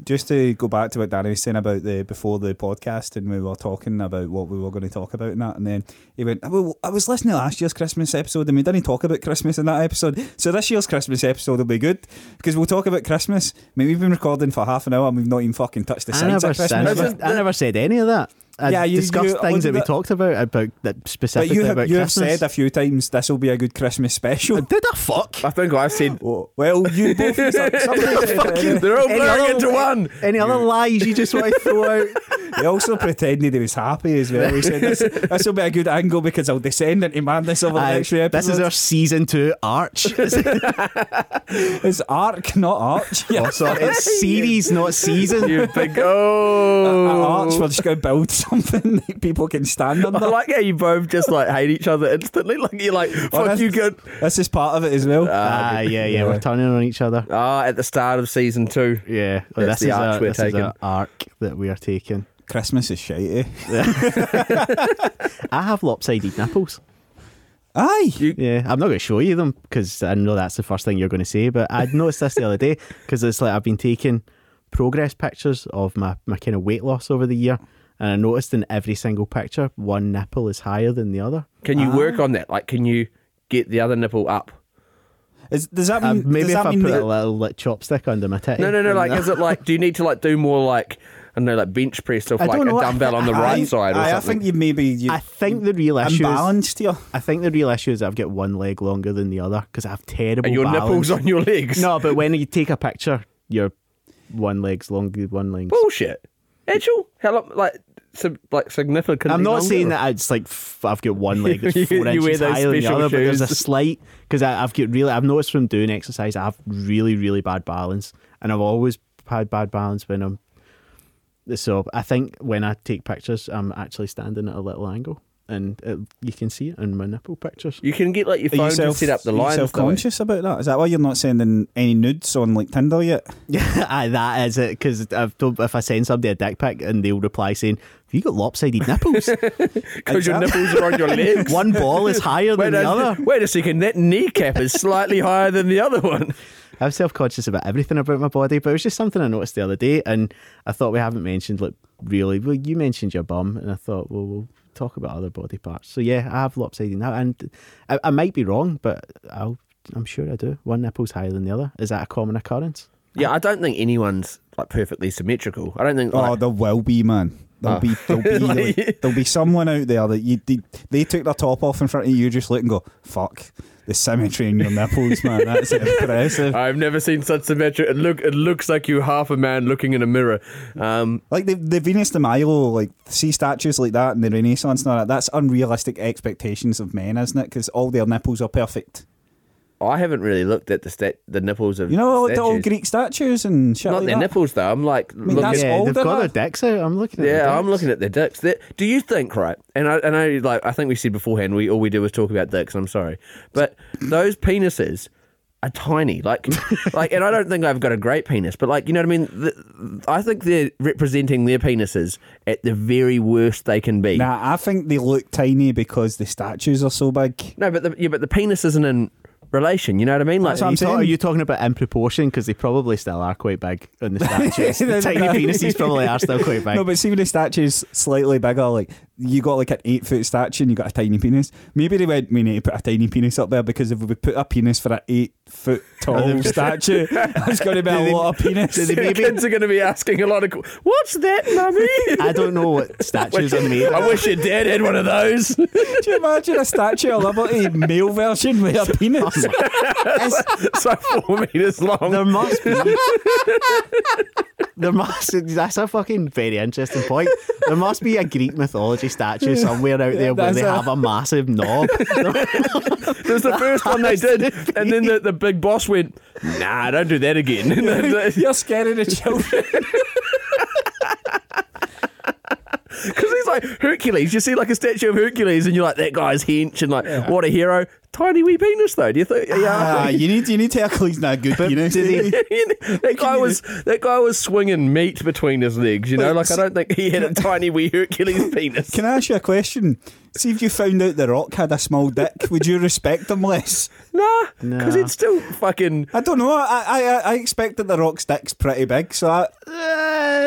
S4: Just to go back to what Danny was saying about the before the podcast, and we were talking about what we were going to talk about and that, and then he went, "Well, I was listening to last year's Christmas episode, and we didn't talk about Christmas in that episode. So this year's Christmas episode will be good because we'll talk about Christmas. I mean, we've been recording for half an hour, and we've not even fucking touched the
S3: I
S4: sides
S3: never
S4: of
S3: said
S4: Christmas. yet.
S3: I never said any of that. I
S4: Yeah, you-
S3: discussed
S4: you-
S3: things that we
S4: but-
S3: talked about about that
S4: But
S3: specifically
S4: you have
S3: about
S4: you have
S3: Christmas.
S4: said a few times this will be a good Christmas special.
S3: Did I fuck?
S5: I think I've said
S4: Oh, Well, you both. Fucking
S5: they're all blurring into one.
S3: Any other lies you just want to throw out?
S4: He also pretended he was happy as well. He said, "This, this will be a good angle because I'll descend into madness over the
S3: Aye,
S4: next few episodes."
S3: this is our season two arch. oh,
S4: it's arc, not arch. Yeah,
S3: sorry, it's series, not season.
S5: You big oh.
S3: Uh,
S4: arch. We're just going to build something that people can stand
S5: I
S4: under.
S5: like how you both just like hate each other instantly. Like you're like,
S4: Oh,
S5: fuck
S4: that's-
S5: you, good.
S4: This is part of it as well.
S3: Ah, yeah, yeah, we're turning on each other.
S5: Ah, at the start of season two.
S3: Yeah, well,
S5: That's
S3: this
S5: the
S3: is
S5: arc
S3: a,
S5: we're
S3: this is a
S5: taking.
S3: arc that we are taking.
S4: Christmas is shitey.
S3: I have lopsided nipples.
S4: Aye.
S3: Yeah, I'm not going to show you them because I know that's the first thing you're going to say. But I noticed this the other day because it's like I've been taking progress pictures of my my kind of weight loss over the year, and I noticed in every single picture one nipple is higher than the other.
S5: Can you
S3: Ah.
S5: work on that? Like, can you get the other nipple up?
S4: Is, does that
S5: Mm,
S4: mean?
S3: Um, maybe
S4: does
S3: if
S4: that
S3: I
S4: mean
S3: put
S4: that-
S3: a little like, chopstick under my titty.
S5: No, no, no. Like, is it like? Do you need to like do more like? I don't know, like bench press or
S3: I
S5: like
S3: don't know,
S5: a
S3: I-
S5: dumbbell on the
S4: I-
S5: right side or
S4: aye, I
S5: something.
S4: think you maybe you
S3: I think the real issue. Is,
S4: imbalanced here.
S3: I think the real issue is I've got one leg longer than the other because I have terrible.
S5: and your nipples
S3: balance.
S5: on your legs.
S3: No, but when you take a picture, your one leg's longer, one leg's.
S5: bullshit. Actual, how long? Like, sub, like significantly.
S3: I'm not
S5: longer?
S3: saying that it's like f- I've got one leg that's
S5: You-
S3: four
S5: you wear
S3: inches
S5: those
S3: higher than the
S5: special
S3: other, but there's a
S5: shoes.
S3: slight because I've got really. I've noticed from doing exercise, I have really, really bad balance, and I've always had bad balance when I'm. So I think when I take pictures, I'm actually standing at a little angle, and it, you can see it in my nipple pictures.
S5: You can get like your
S4: Are
S5: phone
S4: you self,
S5: to set up the
S4: are you
S5: lines. though.
S4: self-conscious about that? Is that why you're not sending any nudes on like Tinder yet?
S3: Yeah, aye, that is it. Because I've told if I send somebody a dick pic and they'll reply saying, "Have you got lopsided nipples?
S5: because your nipples are on your legs.
S3: One ball is higher
S5: Wait
S3: than the
S5: a,
S3: other."
S5: wait a second, that kneecap is slightly higher than the other one.
S3: I'm self conscious about everything about my body, but it was just something I noticed the other day, and I thought we haven't mentioned like really. Well, you mentioned your bum, and I thought, well, we'll talk about other body parts. So yeah, I have lopsided now, and I, I might be wrong, but I'll, I'm sure I do. One nipple's higher than the other. Is that a common occurrence?
S5: Yeah, I don't think anyone's like perfectly symmetrical. I don't think.
S4: Oh,
S5: Like,
S4: there will be, man. There'll be, there'll be,
S5: Ah. Like-
S4: like, there'll be someone out there that you they, they took their top off in front of you, just look and go, "Fuck the symmetry in your nipples, man. That's impressive."
S5: I've never seen such symmetric. It look, it looks like you half a man looking in a mirror. Um,
S4: Like the, the Venus de Milo, like see statues like that in the Renaissance and all that. That's unrealistic expectations of men, isn't it? Because all their nipples are perfect.
S5: I haven't really looked at the stat- the nipples of
S4: You know, like the old
S5: statues.
S4: Greek statues and shit.
S5: Not
S4: like
S5: their
S4: that.
S5: nipples though. I'm like looking
S4: that's
S5: at-
S3: yeah,
S4: old
S3: they've got
S4: enough.
S3: their dicks out. I'm looking. at
S5: Yeah,
S3: their
S5: I'm
S3: dicks.
S5: looking at their dicks. That- do you think right? And I and I like I think we said beforehand we all we do is talk about dicks. and I'm sorry, but those penises are tiny. Like like, and I don't think I've got a great penis, but like you know what I mean. The, I think they're representing their penises at the very worst they can be.
S4: Nah, I think they look tiny because the statues are so big.
S5: No, but the, yeah, but the penis isn't in relation. You know what I mean? Like
S4: That's what
S3: Are
S4: I'm
S3: you, ta-
S4: saying.
S3: are you talking about in proportion? Because they probably still are quite big on the statues. the tiny penises probably are still quite big.
S4: No, but see when the statue's slightly bigger, like you got like an eight foot statue and you got a tiny penis. Maybe they went, we need to put a tiny penis up there because if we put a penis for an eight foot tall statue, it's going to be a lot of penis.
S3: do they
S5: the
S3: maybe-
S5: kids are going to be asking a lot of, qu- what's that, mummy?
S3: I don't know what statues are made.
S5: I wish your dad had one of those.
S4: Do you imagine a Statue of Liberty male version with a penis?
S5: so four meters long.
S3: There must be. there must. That's a fucking very interesting point. There must be a Greek mythology statue somewhere out there where
S4: That's
S3: they
S4: a-
S3: have a massive knob.
S5: It was the first one they did, and then the, the big boss went, "Nah, don't do that again." Because
S4: You're scaring the children.
S5: he's like Hercules. You see like a statue of Hercules, and you're like, "That guy's hench," and like, "What a hero!" Tiny wee penis though. Do you think? Yeah.
S4: Ah, you need you need Hercules not a good penis.
S3: do they-
S5: that guy was that guy was swinging meat between his legs. You know, like I don't think he had a tiny wee Hercules penis.
S4: Can I ask you a question? See if you found out The Rock had a small dick, would you respect him less?
S5: Nah, because
S3: Nah.
S5: it's still fucking.
S4: I don't know. I I, I- I expect that The Rock's dick's pretty big, so I,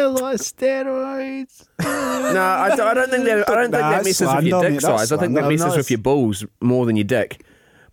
S3: a lot of steroids.
S5: Nah, I don't, I don't think that. I don't think that
S4: Nah, that's
S5: messes with your
S4: slander,
S5: dick
S4: mate, that's
S5: size. I think
S4: slander.
S5: that messes
S3: No,
S5: with your balls more than your dick.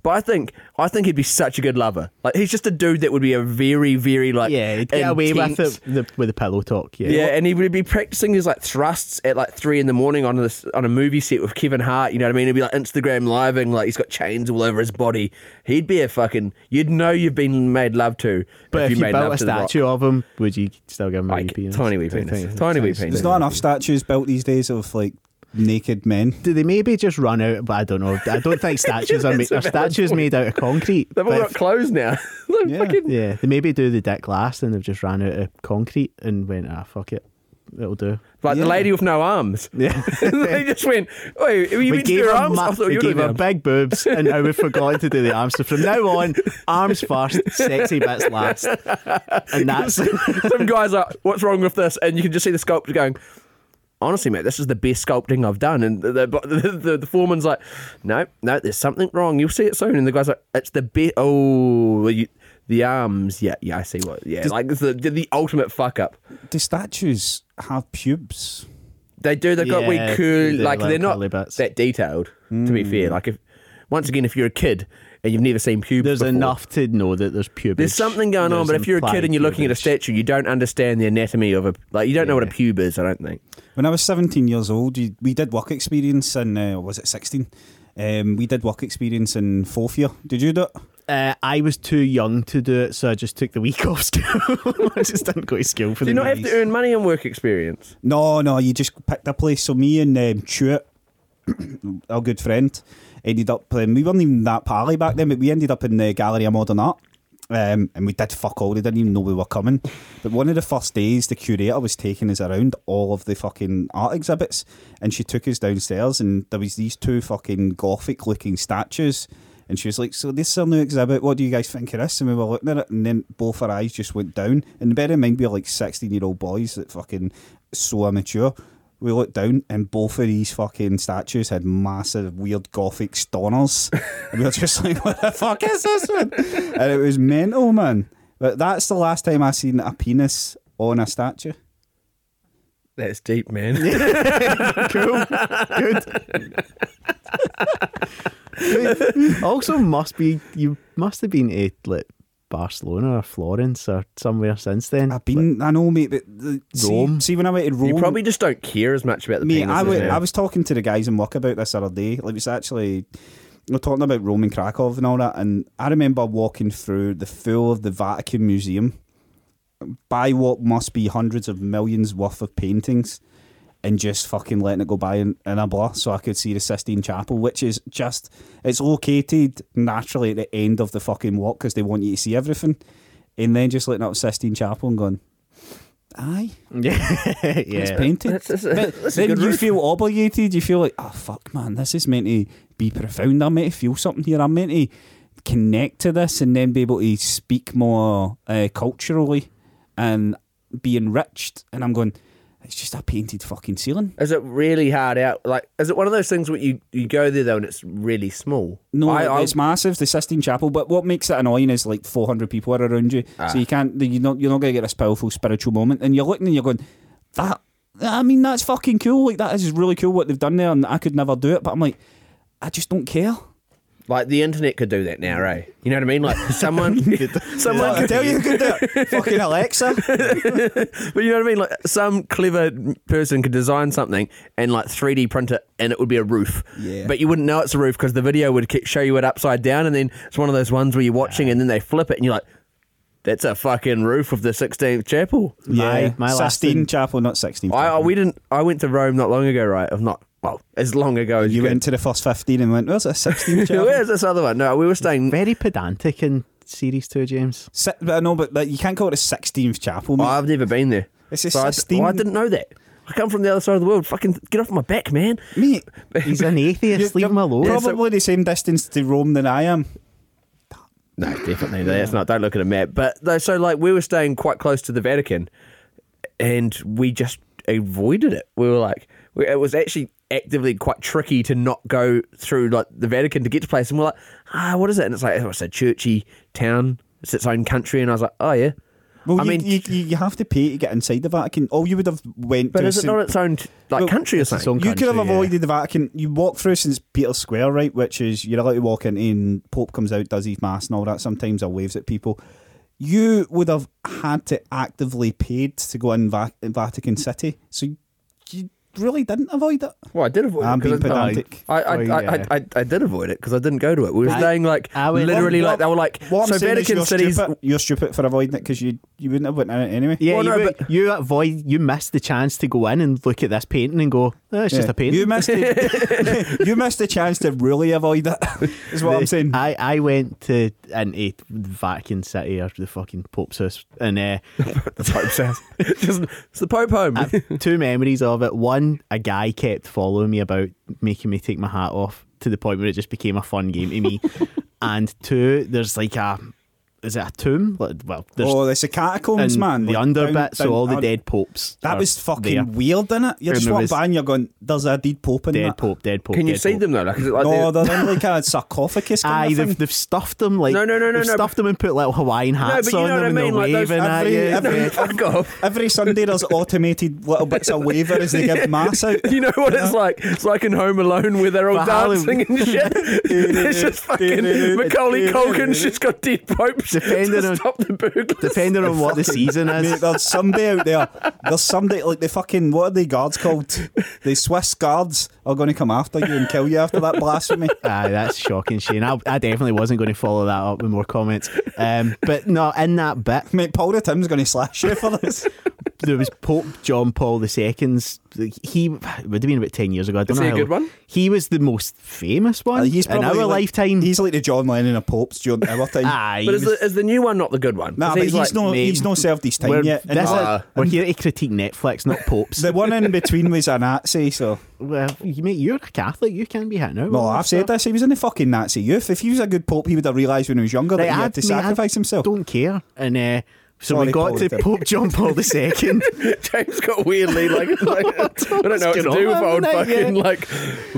S5: But I think I think he'd be such a good lover. Like he's just a dude that would be a very very like
S3: Yeah, you'd get away with
S5: intense-
S3: it the, with the pillow talk. Yeah.
S5: Yeah, and he would be practicing his like thrusts at like three in the morning on this on a movie set with Kevin Hart. You know what I mean? He'd be like Instagram living, like he's got chains all over his body. He'd be a fucking. You'd know you've been made love to.
S3: But if you,
S5: made
S3: built
S5: love
S3: a
S5: to The Rock.
S3: statue of him, would you still give him a wee
S5: like
S3: penis?
S5: tiny wee
S3: Tiny-
S5: penis,
S3: tiny-
S5: tiny wee
S3: tiny-
S5: penis.
S4: There's not enough statues built these days of like naked men.
S3: Do they maybe just run out? But I don't know. I don't think statues are made.
S5: That's a
S3: Are
S5: valid
S3: statues
S5: point.
S3: made out of concrete?
S5: They've all
S3: But
S5: got clothes now. They're
S4: Yeah.
S5: fucking-
S3: Yeah, they maybe do the dick last and they've just ran out of concrete and went, ah, fuck it. it'll do.
S5: Like the lady with no arms.
S3: Yeah.
S5: they just went, oh, you mean to her arms?
S3: mu-
S5: I thought
S3: we
S5: you
S3: gave
S5: were
S3: her
S5: doing
S3: big boobs, and now we've forgotten to do the arms. So from now on, arms first, sexy bits last, and that's
S5: arms. Some guys are, what's wrong with this? And you can just see the sculptor going, honestly, mate, this is the best sculpting I've done. And the, the, the, the, the foreman's like, no, no, there's something wrong. You'll see it soon. And the guy's like, it's the best. Oh, well, you, the arms. Yeah, yeah, I see what. Yeah, like it's the, the ultimate fuck up.
S4: Do statues have pubes?
S5: They do. They've got
S3: Yeah,
S5: wee cool.
S3: they do,
S5: Like
S3: like,
S5: they're not
S3: curly bits. Mm.
S5: that detailed. To be fair, like if once again, if you're a kid and you've never seen pubes,
S3: there's
S5: before,
S3: enough to know that there's pubis.
S5: There's something going on,
S3: There's
S5: but if you're a kid
S3: implied
S5: and you're looking at a
S3: pubis.
S5: statue, you don't understand the anatomy of a like. You don't know what a pube is. I don't think.
S4: When I was 17 years old, you- we did work experience in, uh, was it 16? Um, we did work experience in fourth year. Did you do it?
S3: Uh, I was too young to do it, so I just took the week off school. I just didn't go to school
S5: Do
S3: for the
S5: you not have to
S3: nice-
S5: earn money and work experience?
S4: No, no, you just picked a place. So me and um, Stuart, our good friend, ended up. Um, we weren't even that pally back then, but we ended up in the Gallery of Modern Art. Um, and we did fuck all. They didn't even know we were coming. But one of the first days, the curator was taking us around all of the fucking art exhibits, and she took us downstairs, and there was these two fucking gothic-looking statues. And she was like, "So this is our new exhibit. What do you guys think of this?" And we were looking at it, and then both our eyes just went down. And bear in mind, we were like sixteen-year-old boys that fucking so immature. We looked down, and both of these fucking statues had massive, weird gothic stoners, and we were just like, "What the fuck is this?" Man? And it was mental, man. But that's the last time I seen a penis on a statue.
S5: That's deep, man.
S3: also must be you must have been to like Barcelona or Florence or somewhere since then.
S4: I've been, I know, mate, but the, see-
S3: Rome.
S4: See, when I went to Rome,
S5: Hmm. You probably just don't care as much about the
S4: Mate,
S5: penis.
S4: I, wa-
S5: now.
S4: I was talking to the guys in work about this the other day. Like, it was actually, we're talking about Rome and Krakow and all that. And I remember walking through the full of the Vatican Museum by what must be hundreds of millions worth of paintings and just fucking letting it go by in, in a blur so I could see the Sistine Chapel, which is just, it's located naturally at the end of the fucking walk because they want you to see everything. And then just looking up Sistine Chapel and going, aye.
S3: yeah,
S4: It's
S3: yeah.
S4: painted.
S5: That's- that's a-
S4: But
S5: that's a
S4: then
S5: good
S4: you
S5: roof.
S4: feel obligated. You feel like, oh fuck, man, this is meant to be profound. I'm meant to feel something here. I'm meant to connect to this and then be able to speak more uh, culturally and be enriched. And I'm going, it's just a painted fucking ceiling.
S5: Is it really hard out? Like, is it one of those things where you, you go there though and it's really small?
S4: No,
S5: I, I-
S4: it's massive, the Sistine Chapel. But what makes it annoying is like 400 people are around you, so you can't. You're not. You're not going to get this powerful spiritual moment. And you're looking and you're going, that. I mean, that's fucking cool. Like that is really cool what they've done there, and I could never do it. But I'm like, I just don't care.
S5: like the internet could do that now, right? You know what I mean? Like someone, someone
S4: I
S5: could
S4: tell you, who could do it. fucking Alexa.
S5: But you know what I mean? Like some clever person could design something and like 3D print it, and it would be a roof.
S4: Yeah.
S5: But you wouldn't know it's a roof because the video would ki- show you it upside down, and then it's one of those ones where you're watching, and then they flip it, and you're like, "That's a fucking roof of the 16th chapel."
S3: My- my last
S4: Sistine
S3: thing-
S4: Chapel, not 16.
S5: I, I we didn't. I went to Rome not long ago, right? Of not well as long ago as
S4: you
S5: could.
S4: went to the first 15 and went, where's a 16 chapel?
S5: Where's this other one? No, we were staying.
S3: Very pedantic in series two, James.
S4: Si- but I know, but like, you can't call it a 16th chapel.
S5: Oh,
S4: mate.
S5: I've never been there.
S4: It's a
S5: So I, d- well, I
S4: 16
S5: didn't know that. I come from the other side of the world. Fucking get off my back, man.
S4: Mate,
S3: He's an atheist. Leave him alone.
S4: Probably the same distance to Rome than I am.
S5: No, definitely. That's not. Don't look at a map. But though, so like we were staying quite close to the Vatican, and we just avoided it. We were like, we, it was actually actively quite tricky to not go through like the Vatican to get to place. And we're like, ah, what is it? And it's like, oh, it's a churchy town. It's its own country. And I was like, oh yeah.
S4: Well,
S5: I
S4: you,
S5: mean,
S4: you, you, you have to pay to get inside the Vatican. All you would have went
S5: but
S4: to
S5: is it
S4: St-
S5: not its own t- like
S4: Well,
S5: country or something?
S3: own
S4: you could have
S3: country, yeah.
S4: avoided the Vatican. You walk through St. Peter's Square, right, which is you're allowed to walk in, and Pope comes out, does his mass and all that sometimes, or waves at people. You would have had to actively paid to go in Va- in Vatican City. So you really didn't avoid it.
S5: Well, I did avoid
S4: I'm
S5: it. 'cause
S4: being
S5: I-
S4: pedantic.
S5: I, I,
S3: Oh,
S5: I,
S3: yeah.
S5: I, I, I did avoid it because I didn't go to it. We were
S3: I-
S5: staying like
S3: I went-
S5: literally
S4: Well,
S5: like they were like
S4: What I'm
S5: so
S4: saying is
S5: Vatican
S4: you're
S5: City's
S4: stupid. You're stupid for avoiding it because you you wouldn't have went in it anyway.
S3: Yeah,
S5: Well,
S3: you,
S5: no,
S3: were-
S5: but-
S3: you avoid you missed the chance to go in and look at this painting and go, oh, it's just
S4: Yeah.
S3: a painting.
S4: You missed it. you missed the chance to really avoid it. Is what I'm saying.
S3: I, I went to into Vatican City after the fucking Pope's house, and uh,
S5: the Pope's house. Just, it's the Pope home.
S3: two memories of it. One, a guy kept following me about making me take my hat off to the point where it just became a fun game to me. and two, there's like a is it a tomb? Like, Well, there's
S4: oh, there's the catacombs,
S3: in
S4: man.
S3: the
S4: Like,
S3: under
S4: down-
S3: bit, so
S4: down-
S3: all the
S4: uh,
S3: dead popes.
S4: That
S3: are
S4: was fucking
S3: there.
S4: weird, innit? You're just
S3: Remember
S4: walking
S3: it's-
S4: by and you're going, "There's a dead pope in
S3: dead
S4: that."
S3: pope, dead pope.
S5: Can you
S3: dead
S5: see
S3: pope.
S5: them though? Like, is it like
S4: No,
S5: the-
S4: they're in like a sarcophagus.
S3: Aye,
S4: Kind of
S3: they've,
S4: thing.
S3: they've stuffed them like
S5: No, no, no, no,
S3: they've
S5: no,
S3: stuffed them and put little Hawaiian hats
S5: but you
S3: on
S5: know
S3: them
S5: what I
S3: and
S5: mean,
S3: they're
S5: like those-
S3: waving at
S4: every-
S3: you.
S4: every-
S3: Yeah.
S5: Fuck off.
S4: Every Sunday there's automated little bits of waver as they give mass out.
S5: You know what it's like? It's like in Home Alone where they're all
S3: For
S5: dancing and shit. There's just fucking Macaulay Culkin's just got dead popes
S3: Depending
S5: to
S3: on-
S5: stop the burglars.
S3: Depending on what the season
S4: Mate,
S3: is.
S4: there's somebody out there. There's somebody like the fucking what are they guards called? The Swiss guards are going to come after you and kill you after that blasphemy.
S3: Aye, that's shocking, Shane. I, I definitely wasn't going to follow that up with more comments. Um, but no, in that bit,
S4: Mate, Paul the Tim's going to slash you for this.
S3: there was Pope John Paul II's. He it would have been about ten years ago. I don't
S5: Is
S3: know.
S5: he a
S3: how
S5: good
S3: long-
S5: one?
S3: He was the most famous one
S4: Uh, he's
S3: in our
S4: probably like-
S3: lifetime.
S4: He's like the John Lennon of popes during our time.
S3: aye,
S5: But
S3: he
S5: is
S3: was-
S5: the, is the new one not the good one?
S4: nah,
S5: 'Cause
S4: but he's,
S5: like,
S4: no,
S3: mate,
S4: he's no served his time
S3: we're,
S4: yet. And
S3: that's it.
S5: uh,
S3: we're here to critique Netflix, not popes.
S4: the one in between was a Nazi, so
S3: well, you mate, you're a Catholic. You can be hit now.
S4: no, I've said this. He was in the fucking Nazi youth. If he was a good pope, he would have realised when he was younger that
S3: Like,
S4: he
S3: I-
S4: had to
S3: mate, I
S4: sacrifice himself.
S3: Don't care. And uh, so
S4: Sorry,
S3: we got
S4: Paul,
S3: to
S4: then.
S3: Pope John Paul II.
S5: James got weirdly like, like I don't know what to
S3: going
S5: do with
S3: on
S5: old
S3: tonight, yeah.
S5: fucking like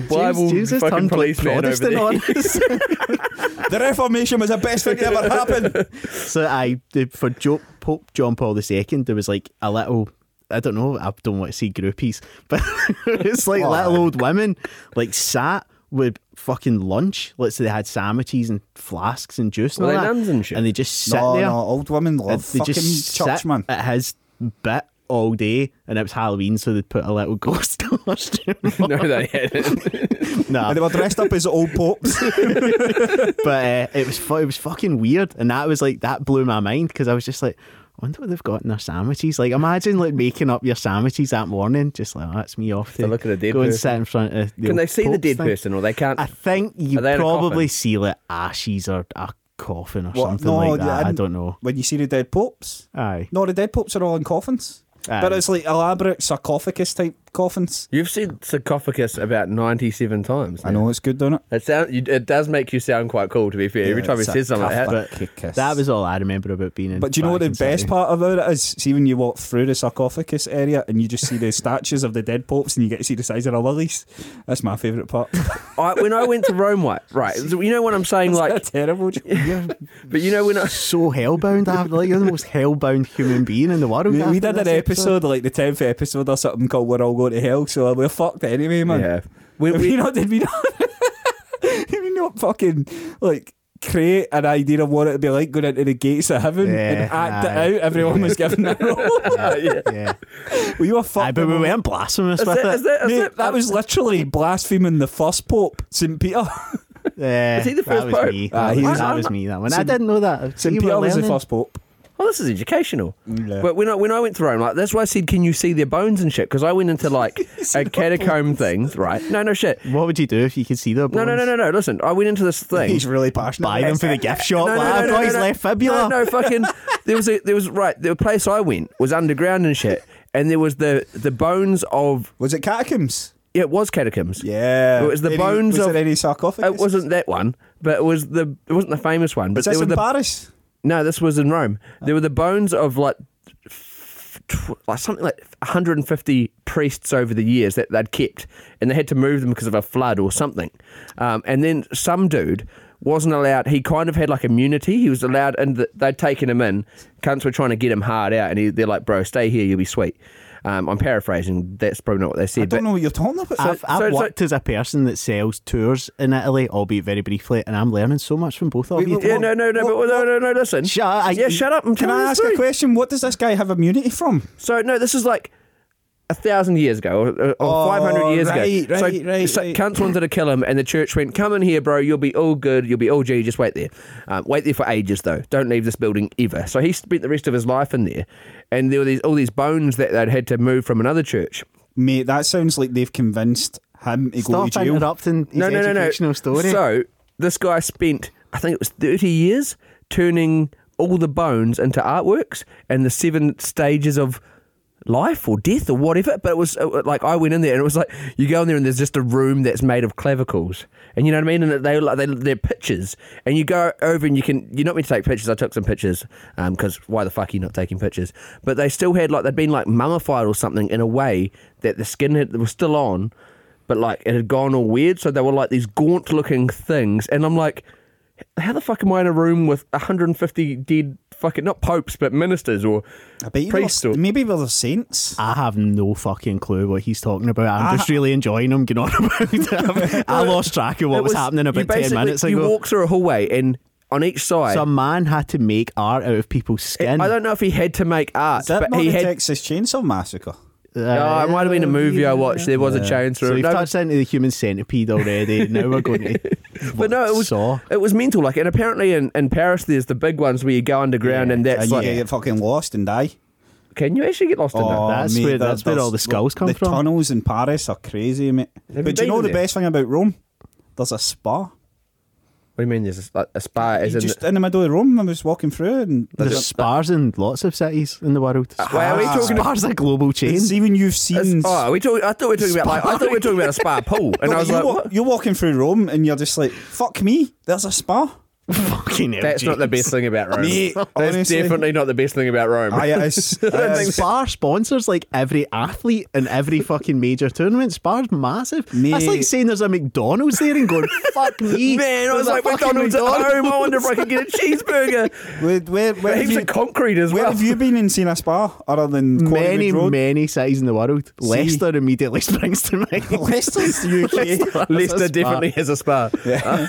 S5: Bible
S3: James, James has
S5: fucking
S3: turned like
S5: policeman over
S3: Protestant
S5: there.
S3: on us.
S4: the Reformation was the best thing that ever happened.
S3: So I the- for jo- Pope John Paul II, there was like a little. I don't know. I don't want to see groupies, but it's like little old women like sat with fucking lunch. Let's say they had sandwiches and flasks and juice and
S5: Were
S3: all
S5: they
S3: that,
S5: nuns and shit?
S3: they just sit
S4: no,
S3: there.
S4: no, old women
S3: and
S4: love
S3: they
S4: fucking
S3: just
S4: church,
S3: sit
S4: man.
S3: at his bit all day, and it was Halloween, so they put a little ghost costume. on.
S5: No, they hadn't.
S3: nah,
S4: And they were dressed up as old popes.
S3: but uh, it was fu- it was fucking weird, and that was like that blew my mind because I was just like, I wonder what they've got in their sandwiches. Like, imagine like making up your sandwiches that morning, just like oh, that's me off to
S5: look at a dead
S3: go and
S5: person.
S3: sit in front of. The
S5: Can they
S3: old
S5: see the
S3: Pope's
S5: dead
S3: thing.
S5: person or they can't?
S3: I think you
S5: Are they in a
S3: probably
S5: coffin?
S3: see like ashes or a coffin or
S4: What?
S3: something
S4: No,
S3: like
S4: yeah, I
S3: that. I,
S4: didn't-
S3: don't know.
S4: when you see the dead popes.
S3: Aye,
S4: No, the dead popes are all in coffins.
S3: Aye.
S4: But it's like elaborate sarcophagus type coffins.
S5: You've said sarcophagus about ninety-seven times.
S4: I know it's good, don't it?
S5: It sound, you- it does make you sound quite cool. To be fair, every time he says something like that,
S4: Sarcophagus.
S3: that was all I remember about being in.
S4: But do you know what the
S3: Vatican
S4: best
S3: City.
S4: part about it is? See when you walk through the sarcophagus area and you just see the statues of the dead popes and you get to see the size of their lilies. That's my favourite part.
S5: I, when I went to Rome, right, right, so you know what I'm saying, like,
S4: That's terrible. joke.
S5: but you know when I,
S3: So hellbound, I like you're the most hellbound human being in the world.
S4: We, we
S3: after
S4: did
S3: this
S4: an episode, like the tenth episode or something called "We're All Going to Hell," so we're fucked anyway, man.
S5: yeah, we,
S4: Did we
S5: we,
S4: not? Did we not? did we not fucking like create an idea of what it'd be like going into the gates of heaven
S3: Yeah,
S4: and act
S3: aye.
S4: it out? Everyone was given that role.
S5: yeah.
S3: Yeah,
S4: we were fucked.
S3: Aye, but we
S4: man.
S3: weren't blasphemous
S5: Is
S3: with
S5: that,
S3: it.
S5: is that, is
S4: Mate,
S5: that,
S4: that was literally blaspheming the first pope, St. Peter.
S3: Yeah,
S5: Is he the first
S3: Uh, that was
S5: pope?
S3: Me.
S4: Ah,
S3: That,
S4: he
S3: was,
S4: was-
S3: that was me. That one. I didn't know that.
S4: St.
S3: You were
S4: Peter was the
S3: learning.
S4: first pope.
S5: Well, this is educational.
S4: Yeah.
S5: But when I when I went to Rome, like that's why I said, can you see their bones and shit? Because I went into like a catacomb thing, right? No, no shit.
S3: What would you do if you could see their
S5: No,
S3: bones?
S5: no, no, no, no. Listen, I went into this thing.
S4: He's really passionate.
S3: Buy them for the gift shop.
S5: No, no,
S3: like,
S5: no,
S3: Oh, I've
S5: no,
S3: got
S5: no,
S3: his
S5: no.
S3: left fibula.
S5: No, no, fucking. There was a, there was right. The place I went was underground and shit, and there was the the bones of
S4: Was it catacombs?
S5: yeah, it was catacombs.
S4: Yeah.
S5: It was the
S4: Any-
S5: bones
S4: was
S5: of-
S4: there any sarcophagus?
S5: It wasn't that one, but it was the it wasn't the famous one. But
S4: Was this
S5: there were
S4: in
S5: the
S4: Paris?
S5: no, this was in Rome. There were the bones of like, f- tw- like something like 150 priests over the years that they'd kept, and they had to move them because of a flood or something. Um, and then some dude wasn't allowed. He kind of had like immunity. He was allowed, and th they'd taken him in. Cunts were trying to get him hard out, and he, they're like, "Bro, stay here. You'll be sweet." Um, I'm paraphrasing. That's probably not what they said.
S4: I don't
S5: but-
S4: know what you're talking about.
S3: I've, I've
S5: so it's
S3: worked as a person that sells tours in Italy, albeit very briefly, and I'm learning so much from both of
S4: Wait,
S3: you.
S4: wait,
S5: Yeah, no, no, no,
S4: What-
S5: but, no, no, no. Listen,
S3: Shut- I-
S5: yeah, shut up. I'm
S4: Can
S5: telling
S4: I
S5: the
S4: ask a
S5: story.
S4: question? What does this guy have immunity from?
S5: So no, this is like a thousand years ago or, or
S4: Oh,
S5: 500 years
S4: right,
S5: ago.
S4: right,
S5: so,
S4: right,
S5: so
S4: right.
S5: cunts wanted to kill him, and the church went, Come in here, bro. You'll be all good. You'll be all G. Just wait there. Um, wait there for ages, though. Don't leave this building ever. So he spent the rest of his life in there. And there were these, all these bones that they'd had to move from another church.
S4: Mate, that sounds like they've convinced him to go
S3: Stop
S4: to jail.
S3: interrupting his
S5: no, no, no,
S3: educational
S5: no.
S3: story.
S5: So this guy spent, I think it was thirty years, turning all the bones into artworks and the seven stages of life or death or whatever. But it was uh, like I went in there and it was like you go in there and there's just a room that's made of clavicles, and you know what I mean. And they like they they're pictures, and you go over and you can you're not meant to take pictures. I took some pictures because why the fuck are you not taking pictures? But they still had like they'd been like mummified or something in a way that the skin had, was still on but like it had gone all weird. So they were like these gaunt looking things. And I'm like, how the fuck am I in a room with 150 dead fucking, not popes, but ministers or
S4: I bet you
S5: priests?
S4: they're-
S5: Or,
S4: maybe they're saints.
S3: I have no fucking clue what he's talking about.
S5: Ah.
S3: I'm just really enjoying him getting on about it. I lost track of what
S5: It
S3: was, happening
S5: you
S3: about 10
S5: basically-
S3: minutes
S5: You
S3: ago.
S5: walk through a hallway and on each side.
S3: so a man had to make art out of people's skin.
S5: I don't know if he had to make art,
S4: Is that
S5: but
S4: not
S5: he
S4: the
S5: had.
S4: Texas Chainsaw Massacre?
S5: Oh, it might have been a movie I watched. There was a chain
S3: So
S5: through.
S3: you've
S5: No,
S3: touched into the human centipede already. now we're going to.
S5: but no, it was
S3: Saw.
S5: it was mental. Like, and apparently in, in Paris, there's the big ones where you go underground, and that's
S4: And Uh, you
S5: like,
S4: get Oh. fucking lost and die.
S5: can you actually get lost in that?
S3: that's
S4: mate,
S3: where-
S4: there-
S3: that's where
S4: there's-
S3: all the skulls come
S4: the
S3: from.
S4: tunnels in Paris are crazy, mate.
S5: you
S4: but do you
S5: been
S4: know the
S5: there?
S4: best thing about Rome? There's a spa.
S5: What do you mean? There's a, like, a spa, as in
S4: Just in the middle of Rome, I was walking through and
S3: There's spars in lots of cities in the world. Spars,
S5: why are we talking about-
S3: spars a global chain.
S4: See when you've
S5: It's-
S4: seen.
S5: Oh, are we talking, I thought we were talking about like I thought we were talking about a spa pool, and
S4: No,
S5: I was
S4: you
S5: like,
S4: walk-
S5: what?
S4: you're walking through Rome and you're just like, fuck me, there's a spa.
S3: Fucking hell,
S5: that's not the
S3: James.
S5: best thing about Rome.
S4: Mate,
S5: that's
S4: honestly. uh,
S5: definitely not the best thing about Rome.
S4: Aye, it is. It
S3: And
S4: is.
S3: Spar sponsors like every athlete in every fucking major tournament. Spar's massive. That's like
S4: Mate.
S3: saying there's a McDonald's there and going, fuck me.
S5: Man, I was
S3: there's a
S5: like,
S3: fucking
S5: McDonald's at home. I wonder if I could get a cheeseburger.
S4: Where, where, where, have
S5: Heaps
S4: you,
S5: of concrete as
S4: where
S5: well.
S4: have you been and seen a spa other than Quarry
S3: Many,
S4: Road?
S3: many cities in the world. Leicester immediately springs to mind.
S4: Leicester's the UK.
S3: Leicester,
S5: Leicester definitely has a spa. Uh,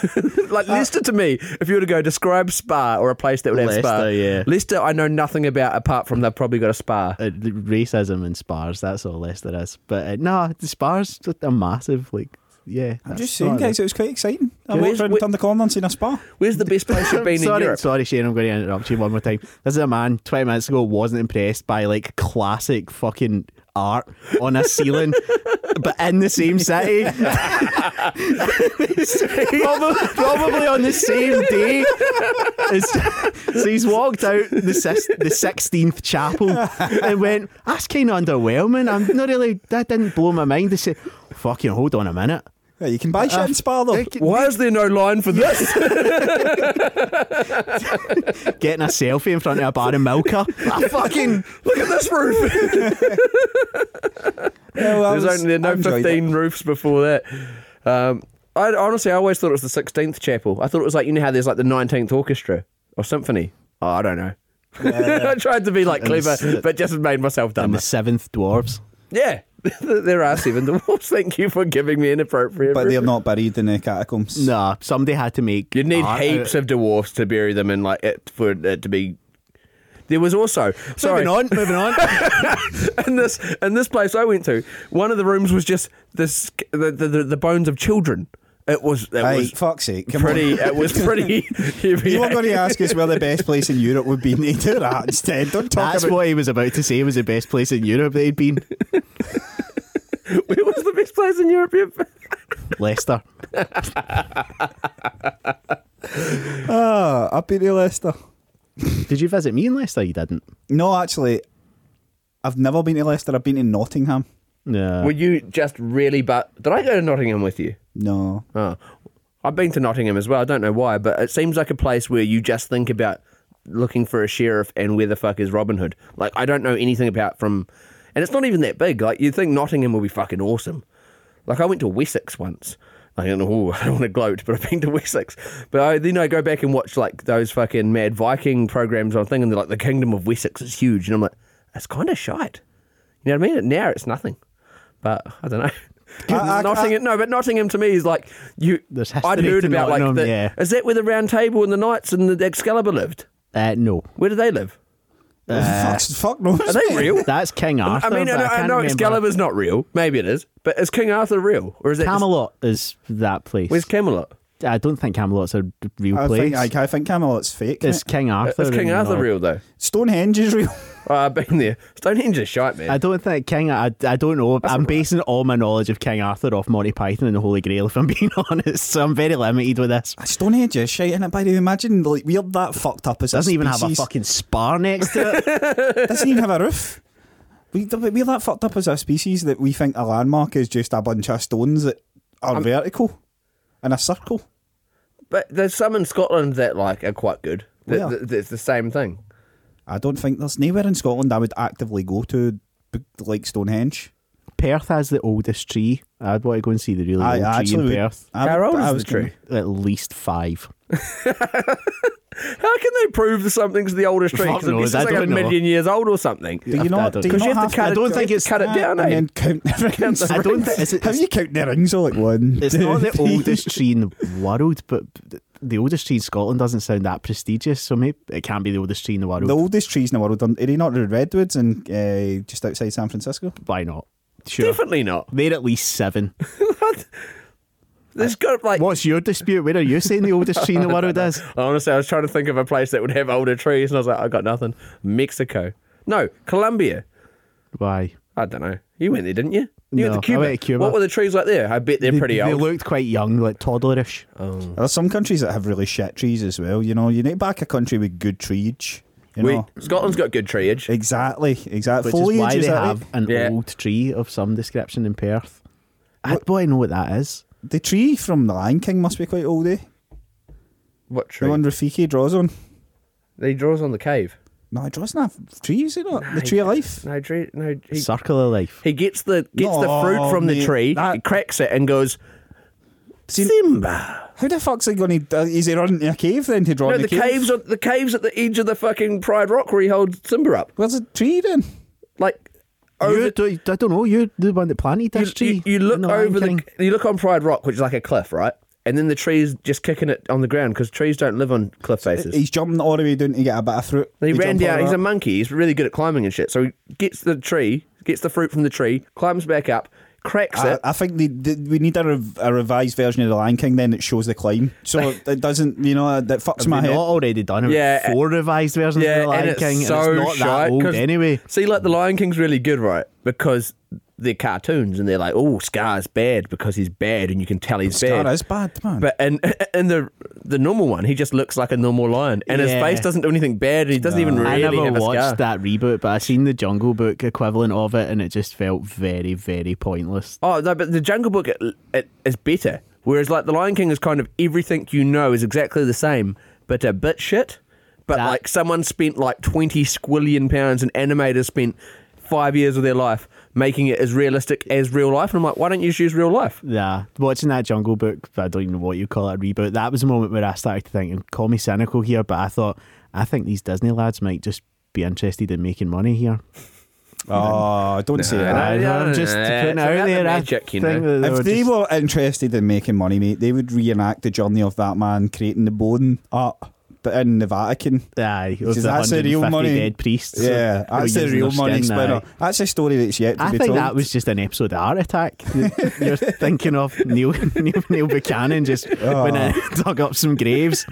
S5: like Leicester to me, if you were to go describe spa or a place that would have spa,
S3: Leicester, yeah.
S5: Leicester I know nothing about apart from they've probably got a spa.
S3: Uh, the racism and spars, that's all Leicester is. But uh, no, the spars are massive. Like, yeah.
S4: I'm just saying, guys, it was quite exciting. I walked
S5: Where's-
S4: around,
S5: where-
S4: turned the corner and seen a spa.
S5: Where's the best place you've been
S3: sorry,
S5: in Europe?
S3: sorry, Shane. I'm going to interrupt you one more time. This is a man 20 minutes ago wasn't impressed by like classic fucking art on a ceiling, but in the same city, probably, probably on the same day. As, so he's walked out the sis- the 16th chapel and went, "That's kind of underwhelming. I'm not really. That didn't blow my mind." They said, "Fucking hold on a minute."
S4: Yeah, you can buy shit in spa
S5: Oh,
S4: though.
S5: Why is there no line for this?
S3: Getting a selfie in front of a bar in Milka. I fucking
S5: Look at this roof.
S4: Yeah, well, I
S5: There's
S4: was-
S5: only there
S4: I
S5: were no
S4: enjoyed
S5: 15 roofs before that. Um, I honestly, I always thought it was the 16th chapel. I thought it was like you know how there's like the 19th orchestra or symphony. Oh, I don't know. I tried to be like
S3: And
S5: clever,
S3: it's-
S5: but just made myself
S3: and
S5: dumb.
S3: the seventh dwarves.
S5: Yeah, there are seven dwarfs. Thank you for giving me inappropriate.
S4: But they're not buried in the catacombs.
S3: Nah, somebody had to make.
S5: you need
S3: art
S5: heaps
S3: out-
S5: of dwarfs to bury them in, like it, for it to be. There was also sorry,
S3: Uh, Moving on, moving on.
S5: in this in this place I went to, one of the rooms was just this the the, the, the bones of children. It was it
S4: Aye,
S5: was
S4: fuck's sake. Come
S5: pretty.
S4: on.
S5: It was pretty heavy.
S4: You were going to ask us where the best place in Europe would be. They do that instead. Don't talk
S3: That's
S4: about
S3: what he was about to say was the best place in Europe they'd been.
S5: Where was the best place in Europe? you've been?
S3: Leicester.
S4: Ah, I've been to Leicester.
S3: Did you visit me in Leicester? You didn't.
S4: No, actually, I've never been to Leicester. I've been to Nottingham.
S3: No.
S5: Were you just really? But did I go to Nottingham with you?
S4: No.
S5: Oh, I've been to Nottingham as well. I don't know why, but it seems like a place where you just think about looking for a sheriff and where the fuck is Robin Hood. Like I don't know anything about from, and it's not even that big. Like you would think Nottingham will be fucking awesome. Like I went to Wessex once. I don't know. ooh, I don't want to gloat, but I've been to Wessex. But I, then I go back and watch like those fucking Mad Viking programs on thing, and they're like the Kingdom of Wessex is huge, and I'm like, that's kind of shite. You know what I mean? Now it's nothing. But I don't know.
S4: I- I-
S5: Nottingham, no, but Nottingham to me is like you.
S3: There's
S5: I'd
S3: history
S5: heard
S3: to
S5: about like
S3: Nottingham,
S5: the,
S3: yeah.
S5: is that where the Round Table and the Knights and the Excalibur lived?
S3: Uh, no.
S5: Where do they live?
S4: fuck, fuck knows.
S5: Are they real?
S3: That's King Arthur.
S5: I mean, I
S3: but
S5: know,
S3: can't
S5: I know
S3: remember.
S5: Excalibur's not real. Maybe it is. But is King Arthur real? Or is that just-
S3: Camelot is that place.
S5: Where's Camelot?
S3: I don't think Camelot's a real
S4: I
S3: place.
S4: think, I, I think Camelot's fake.
S3: it's King Arthur.
S5: Is King
S3: and
S5: Arthur
S3: all.
S5: real, though?
S4: Stonehenge is real.
S5: Oh, I've been there. Stonehenge is shite, man.
S3: I don't think King. I, I don't know. I'm basing all my knowledge of King Arthur off Monty Python and the Holy Grail. If I'm being honest, so I'm very limited with this.
S4: Stonehenge is shit, and by the way, imagine like we're that fucked up as a
S3: Doesn't even have a
S4: species.
S3: fucking spar next to it.
S4: Doesn't even have a roof. We, we're that fucked up as a species that we think a landmark is just a bunch of stones that are vertical in a circle.
S5: But there's some in Scotland that like are quite good. That,
S4: Yeah.
S5: that- that's the same thing.
S4: I don't think there's anywhere in Scotland I would actively go to b- like Stonehenge.
S3: Perth has the oldest tree. I'd want to go and see the really
S4: I,
S3: old
S4: I
S3: tree in
S4: actually would,
S3: Perth.
S4: I
S5: How
S4: would-
S5: old
S4: I
S5: is
S4: was
S5: the tree?
S4: gonna-
S3: At least five.
S5: How can they prove that something's the oldest tree?
S3: Fuck
S5: Because it it's
S3: knows, I
S5: like a
S3: don't know.
S5: million years old or something.
S4: Do you
S3: I
S4: not?
S3: don't
S4: Do
S3: know.
S4: you not
S5: Because you have to
S4: have
S5: cut
S4: to
S5: it-
S3: I don't
S5: you
S3: think
S5: have to
S3: it's-
S5: cut it down.
S4: and
S5: eh?
S4: then count the rings?
S3: I don't think it's,
S4: How
S3: it's,
S4: you count the rings? All like one.
S3: it's not the
S4: two, three.
S3: oldest tree in the world, but the oldest tree in Scotland doesn't sound that prestigious, so maybe it can't be the oldest tree in the world.
S4: The oldest trees in the world. Are they not the redwoods and uh, just outside San Francisco?
S3: Why not? Sure.
S5: Definitely not.
S3: They're at least seven.
S5: There's got like
S3: What's your dispute? Where are you saying the oldest tree in the world is?
S5: honestly, I was trying to think of a place that would have older trees, and I was like, I got nothing. Mexico, no, Colombia.
S3: Why?
S5: I don't know. You went there, didn't you? You
S3: No,
S5: went
S3: I
S5: to Cuba.
S3: went to Cuba.
S5: What were the trees like there? I bet they're pretty
S3: they,
S5: old.
S3: They looked quite young, like toddlerish.
S4: There's some countries that have really shit trees as well. You know, you need back a country with good treeage. You
S5: we,
S4: know,
S5: Scotland's got good treeage.
S4: exactly, exactly.
S3: which is why they
S4: that
S3: have
S4: it?
S3: an
S5: Yeah.
S3: old tree of some description in Perth. I'd want to know what that is.
S4: the tree from the Lion King must be quite old, eh?
S5: What
S4: The
S5: tree?
S4: one Rafiki draws on.
S5: He draws on the cave.
S4: No, he draws on a tree, is it not? the tree of life.
S5: No tree. No. He,
S3: Circle of life.
S5: he gets the gets the fruit
S4: No,
S5: from the
S4: mate,
S5: tree,
S4: that-
S5: he cracks it, and goes.
S4: See-
S5: Simba.
S4: How the fuck's he going to? Uh, is he running to a cave then to draw
S5: No,
S4: in
S5: the
S4: the, cave?
S5: caves on the caves at the edge of the fucking Pride Rock where he holds Simba up.
S4: Where's the tree then?
S5: Like
S3: You,
S5: over,
S3: do, I don't know. You're the one that planted
S5: you,
S3: this tree.
S5: you- you look
S3: in the Lion
S5: over
S3: King.
S5: the you look on Pride Rock, which is like a cliff, right? And then the trees just kicking it on the ground because trees don't live on cliff faces.
S4: He's jumping all the way down to get a bit of fruit.
S5: He, ran
S4: jumped all
S5: down.
S4: the way
S5: He's a
S4: up.
S5: monkey. He's really good at climbing and shit. So he gets the tree, gets the fruit from the tree, climbs back up, cracks
S3: Uh,
S4: I,
S5: it.
S4: I think the, the, we need a, rev, a revised version of the Lion King then that shows the climb, so it doesn't, you know, that fucks my
S3: Have they
S4: head.
S3: not already done about
S5: Yeah,
S3: four revised versions of
S5: yeah,
S3: the Lion
S5: and it's
S3: King,
S5: so
S3: and it's not
S5: shite,
S3: that old
S5: 'cause-
S3: anyway.
S5: See, like the Lion King's really good, right? Because they're cartoons and they're like, oh, Scar's bad because he's bad, and you can tell he's
S4: God,
S5: bad.
S4: that's bad, man.
S5: But in in the the normal one, he just looks like a normal lion, and his
S3: Yeah.
S5: face doesn't do anything bad. He doesn't even really
S3: I never
S5: have a
S3: watched
S5: scar.
S3: that reboot, but I seen the Jungle Book equivalent of it, and it just felt very, very pointless.
S5: Oh no, but the Jungle Book it, it is better. Whereas like the Lion King is kind of everything you know is exactly the same, but a bit shit. But
S3: That-
S5: like someone spent like twenty squillion pounds, and animators spent five years of their life making it as realistic as real life. And I'm like, why don't you just use real life?
S3: Yeah, watching that Jungle Book, I don't even know what you call it, a reboot. That was a moment where I started to think, and call me cynical here, but I thought, I think these Disney lads might just be interested in making money here.
S4: oh, don't say that.
S3: I,
S5: no, no,
S3: am just
S5: no, no, it's
S3: putting it out
S5: about the
S3: there. I
S5: magic, you
S3: think
S5: know.
S3: that
S4: If
S3: were
S4: they
S3: just-
S4: were interested in making money, mate, they would reenact the journey of that man creating the Bowden art, but in the Vatican.
S3: Aye, of
S4: Because
S3: the
S4: that's the real
S3: 150
S4: money.
S3: dead priests.
S4: Yeah,
S3: who were
S4: that's the
S3: using
S4: real
S3: their
S4: money
S3: skin,
S4: spinner.
S3: aye.
S4: That's a story that's yet to
S3: I
S4: be
S3: think
S4: told.
S3: that was just an episode of Art Attack. that You're thinking of Neil, Neil, Neil Buchanan just went and dug up some graves.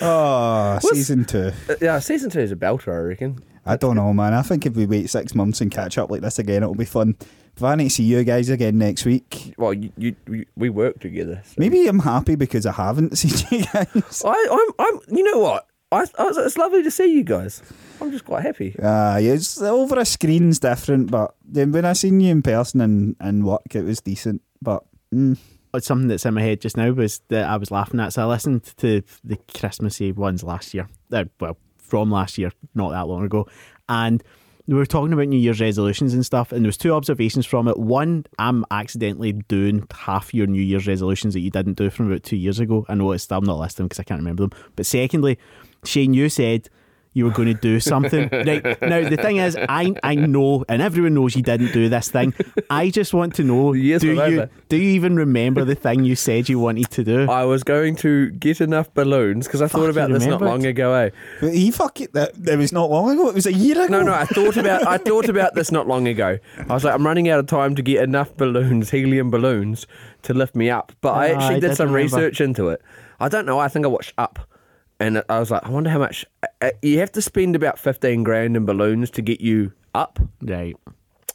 S4: oh, season two.
S5: Uh, yeah, season two is a belter, I reckon.
S4: I don't know, man. I think if we wait six months and catch up like this again, it'll be fun. If I need to see you guys again next week,
S5: Well, you, you, you we work together. so-
S4: maybe I'm happy because I haven't seen you guys.
S5: I, I'm, I'm. You know what? I, I was, it's lovely to see you guys. I'm just quite happy.
S4: Uh, it's over a screen's different, but then when I seen you in person and in work, it was decent. But mm,
S3: But uh, something that's in my head just now was that I was laughing at. So I listened to the Christmassy ones last year. Uh, well, from last year, not that long ago. And we were talking about New Year's resolutions and stuff. And there was two observations from it. One, I'm accidentally doing half your New Year's resolutions that you didn't do from about two years ago. I know it's I'm not listing because I can't remember them. But secondly, Shane, you said you were going to do something. right. Now, the thing is, I, I know, and everyone knows you didn't do this thing. I just want to know
S5: year's
S3: do,
S5: not
S3: you,
S5: over.
S3: do you even remember the thing you said you wanted to do?
S5: I was going to get enough balloons because I
S3: Fuck,
S5: thought
S3: you
S5: about this not
S3: remembered.
S5: long ago, eh?
S4: But he fuck it. That, that was not long ago. It was a year ago.
S5: No, no, I thought about I thought about this not long ago. I was like, I'm running out of time to get enough balloons, helium balloons, to lift me up. But I
S3: Ah,
S5: actually
S3: I
S5: did
S3: did
S5: some
S3: remember.
S5: research into it. I don't know. I think I watched Up, and I was like, I wonder how much uh, you have to spend about fifteen grand in balloons to get you up.
S3: right.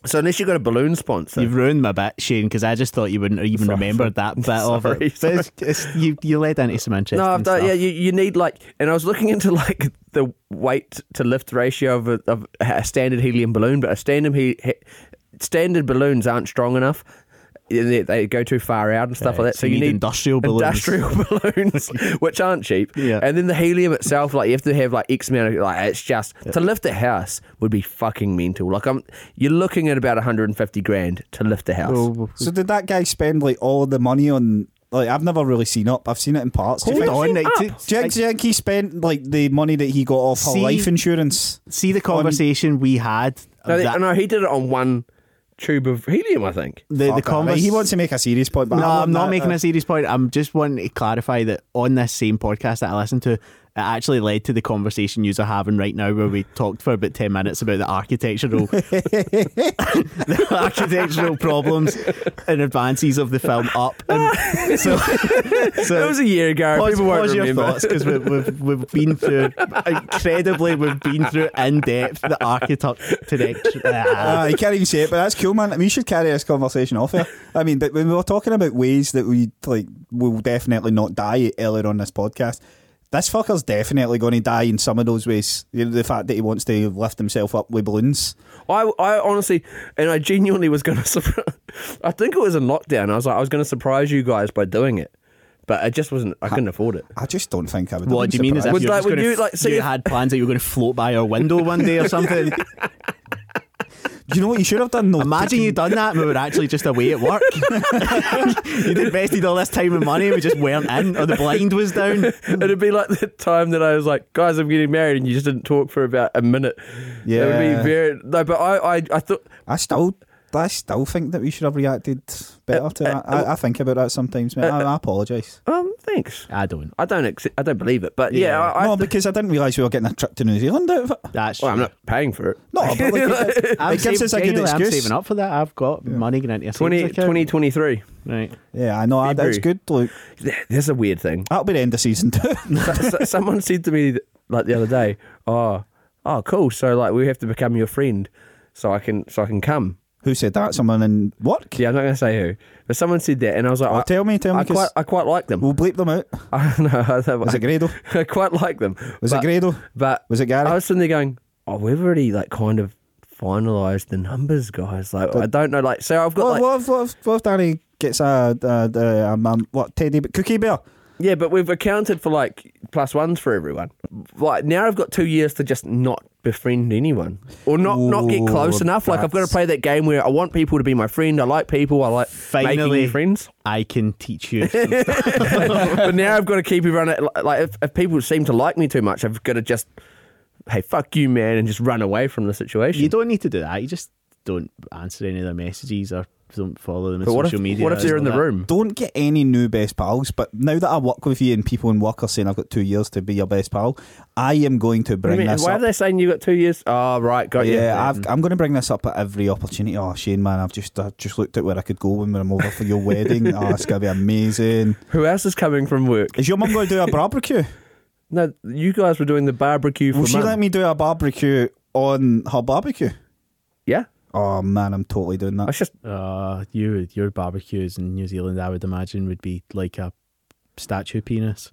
S5: So unless you've got a balloon sponsor,
S3: You've ruined my bit, Shane, because I just thought you wouldn't even remember that bit of
S5: Sorry,
S3: it. But it's, it's, you, you led into some interesting
S5: No, I've done,
S3: stuff.
S5: yeah, you, you need like, and I was looking into like the weight to lift ratio of a, of a standard helium balloon, but a standard he, he- standard balloons aren't strong enough. They, they go too far out and stuff
S3: Yeah,
S5: like that. So, you need
S3: industrial balloons.
S5: industrial balloons, which aren't cheap.
S3: Yeah.
S5: And then the helium itself, like you have to have like X amount of like it's just to lift a house would be fucking mental. Like I'm, you're looking at about 150 grand to lift a house.
S3: Oh,
S4: So did that guy spend like all the money on? Like I've never really seen up. I've seen it in parts. Do you
S3: Hold
S4: think-
S3: on, like, t-
S4: Do you think- do you think he spent like the money that he got off her
S3: See-
S4: life insurance?
S3: see the conversation we had.
S5: no, they-
S3: that-
S5: no, he did it on one tube of helium, I think.
S3: the the
S4: Fuck, I mean,
S3: convers-
S4: he wants to make a serious point, but
S3: No,
S4: I want
S3: I'm not
S4: that-
S3: making
S4: uh,
S3: a serious point. I'm just wanting to clarify that on this same podcast that I listened to, it actually led to the conversation you're having right now, where we talked for about ten minutes about the architectural, the architectural problems and advances of the film Up. And so, so
S5: It was a year ago.
S3: Pause,
S5: People won't
S3: pause your
S5: remember.
S3: thoughts because we, we've we've been through incredibly we've been through in depth the architect.
S4: Uh, I can't even say it, but that's cool, man. We should carry this conversation off here. I mean, but when we were talking about ways that we like will definitely not die earlier on this podcast, this fucker's definitely going to die in some of those ways. You know, the fact that he wants to lift himself up with balloons.
S5: I, I honestly, and I genuinely was going to. Sur- I think it was in lockdown. I was like, I was going to surprise you guys by doing it, but I just wasn't. I couldn't afford it.
S4: I just don't think I would. have
S3: What
S4: been
S3: do you mean? Is
S4: surprised.
S5: Would
S3: that you're
S5: like- would
S3: just gonna
S5: you,
S3: f-
S5: like, say
S3: you
S5: if-
S3: had plans that you were going to float by our window one day or something?
S4: Do you know what you should have done? though?
S3: Imagine you done that and we were actually just away at work. You'd invested all this time and money and we just weren't in, or the blind was down.
S5: It'd be like the time that I was like, guys, I'm getting married, and you just didn't talk for about a minute. It would
S4: Yeah.
S5: be very. No, but I, I, I thought.
S4: I still, I still think that we should have reacted better to that. I, I think about that sometimes, mate. I, I apologise.
S5: Um, thanks.
S3: I don't.
S5: I don't. Accept, I don't believe it. But yeah,
S3: Yeah.
S5: I. I
S4: no, because I didn't realise we were getting a trip to New Zealand out of it.
S3: That's
S5: well, I'm
S3: true.
S5: not paying for it.
S4: No, but like, it, it
S3: I'm
S4: gives
S3: saving-
S4: us a good
S3: genuinely,
S4: excuse.
S3: I'm saving up for that. I've got money going into a
S5: 20,
S3: savings account.
S5: 2023.
S3: Right.
S4: Yeah, I know. I- That's
S5: February.
S4: good. Look,
S5: There's a weird thing.
S4: that'll be the end of season two.
S5: S- s- someone said to me th- like the other day, "Oh, oh, cool. So like we have to become your friend, so I can so I can come."
S4: Who said that? Someone in work?
S5: Yeah, I'm not gonna say who, but someone said that, and I was like,
S4: Oh,
S5: I,
S4: tell me, tell me,
S5: I
S4: 'cause-
S5: quite I quite like them.
S4: We'll bleep them out.
S5: I don't know. I don't-
S4: Was it Grado?
S5: I quite like them.
S4: Was it
S5: but-
S4: Grado?
S5: But
S4: Was it Gary?
S5: I was sitting there going, "Oh, we've already like kind of finalised the numbers, guys. Like I don't know. Like so I've got
S4: What,
S5: like
S4: what, if, what, if, what if Danny gets a, a, a, a, um, what teddy bear- cookie bear?
S5: yeah, but we've accounted for like plus ones for everyone. Like now I've got two years to just not befriend anyone or not not get close
S4: Ooh,
S5: enough. Like I've got to
S4: that's-
S5: play that game where I want people to be my friend. I like people. I like making
S3: Finally.
S5: new friends.
S3: I can teach you. some-
S5: but now I've got to keep everyone at, like if, if people seem to like me too much, I've got to just hey fuck you man and just run away from the situation.
S3: you don't need to do that. You just don't answer any of their messages or don't follow them on
S5: but what if,
S3: social media.
S5: what if
S3: and
S5: they're in
S3: all
S5: the
S3: that.
S5: room?
S4: Don't get any new best pals, but now that I work with you and people in work are saying I've got two years to be your best pal, I am going to
S5: I
S4: bring
S5: mean,
S4: this
S5: why
S4: up.
S5: are they saying you got two years? Oh right, got you.
S4: Yeah, I've, I'm going to bring this up at every opportunity. Oh, Shane, man, I've just I've just looked at where I could go when I'm over for your wedding. Oh, it's going to be amazing.
S5: Who else is coming from work?
S4: Is your mum going to do a barbecue?
S5: No, you guys were doing the barbecue for
S4: Will she
S5: Mum.
S4: let me do a barbecue on her barbecue?
S5: Yeah,
S4: Oh man, I'm totally doing
S5: I
S4: that.
S5: was just
S3: Uh, you your barbecues in New Zealand, I would imagine, would be like a statue penis.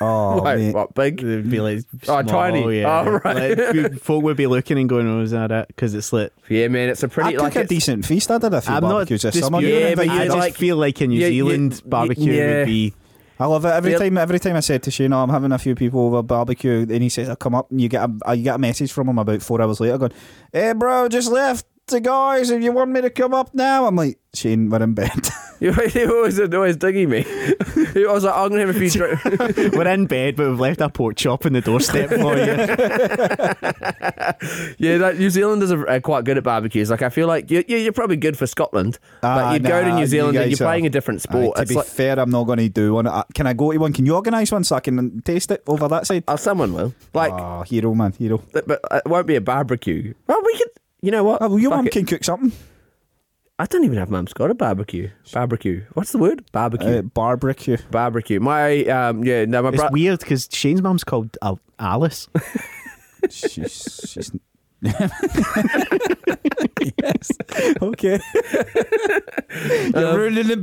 S4: Oh
S5: Wait,
S4: mate.
S5: what big?
S3: They'd be like
S5: Oh,
S3: small,
S5: tiny.
S3: Yeah.
S5: Oh, right.
S3: Like, pe- folk would be looking and going, "Oh, is that it?" Because it's like.
S5: Yeah, man, it's a
S4: I
S5: pretty
S4: took
S5: like
S4: a
S5: it's-
S4: decent feast. I did a few
S3: I'm not
S4: barbecues this summer. You were
S5: disputing- Yeah, but
S4: invited.
S5: you
S3: I just
S5: like-
S3: feel like in New
S5: yeah, yeah,
S3: Zealand
S5: yeah,
S3: barbecue
S5: yeah.
S3: would be
S4: I love it. Every
S5: Yeah.
S4: time, every time I said to Shane, oh, "I'm having a few people over barbecue," and he says, "I come up," and you get a uh, you get a message from him about four hours later, going, "Hey, bro, just left." to guys, if you want me to come up now, I'm like, Shane, we're in bed.
S5: You always, always digging me. I was like, I'm going to have a few drinks.
S3: We're in bed, but we've left our pork chop on the doorstep for you.
S5: Yeah, like New Zealanders are, are uh, quite good at barbecues. Like I feel like you, you- you're probably good for Scotland, but
S4: Ah,
S5: you'd go to
S4: nah,
S5: New Zealand and
S4: guys
S5: you're
S4: are-
S5: playing a different sport.
S4: Aye, to
S5: it's
S4: be
S5: like,
S4: fair, I'm not going to do one. Uh, Can I go to one? Can you organise one so I can taste it over that side?
S5: oh, someone will. Like,
S4: oh, hero man, hero.
S5: th- but uh, it won't be a barbecue. Well, we could. You know what?
S4: Oh, well, your
S5: Fuck
S4: mum
S5: it.
S4: can cook something.
S5: I don't even have mum's got a barbecue. Barbecue. What's the word? Barbecue.
S4: Uh, barbecue.
S5: barbecue. My um yeah no my
S3: It's
S5: brother.
S3: weird because Shane's mum's called Al- Alice.
S4: she's, she's... yes. Okay. You're ruining the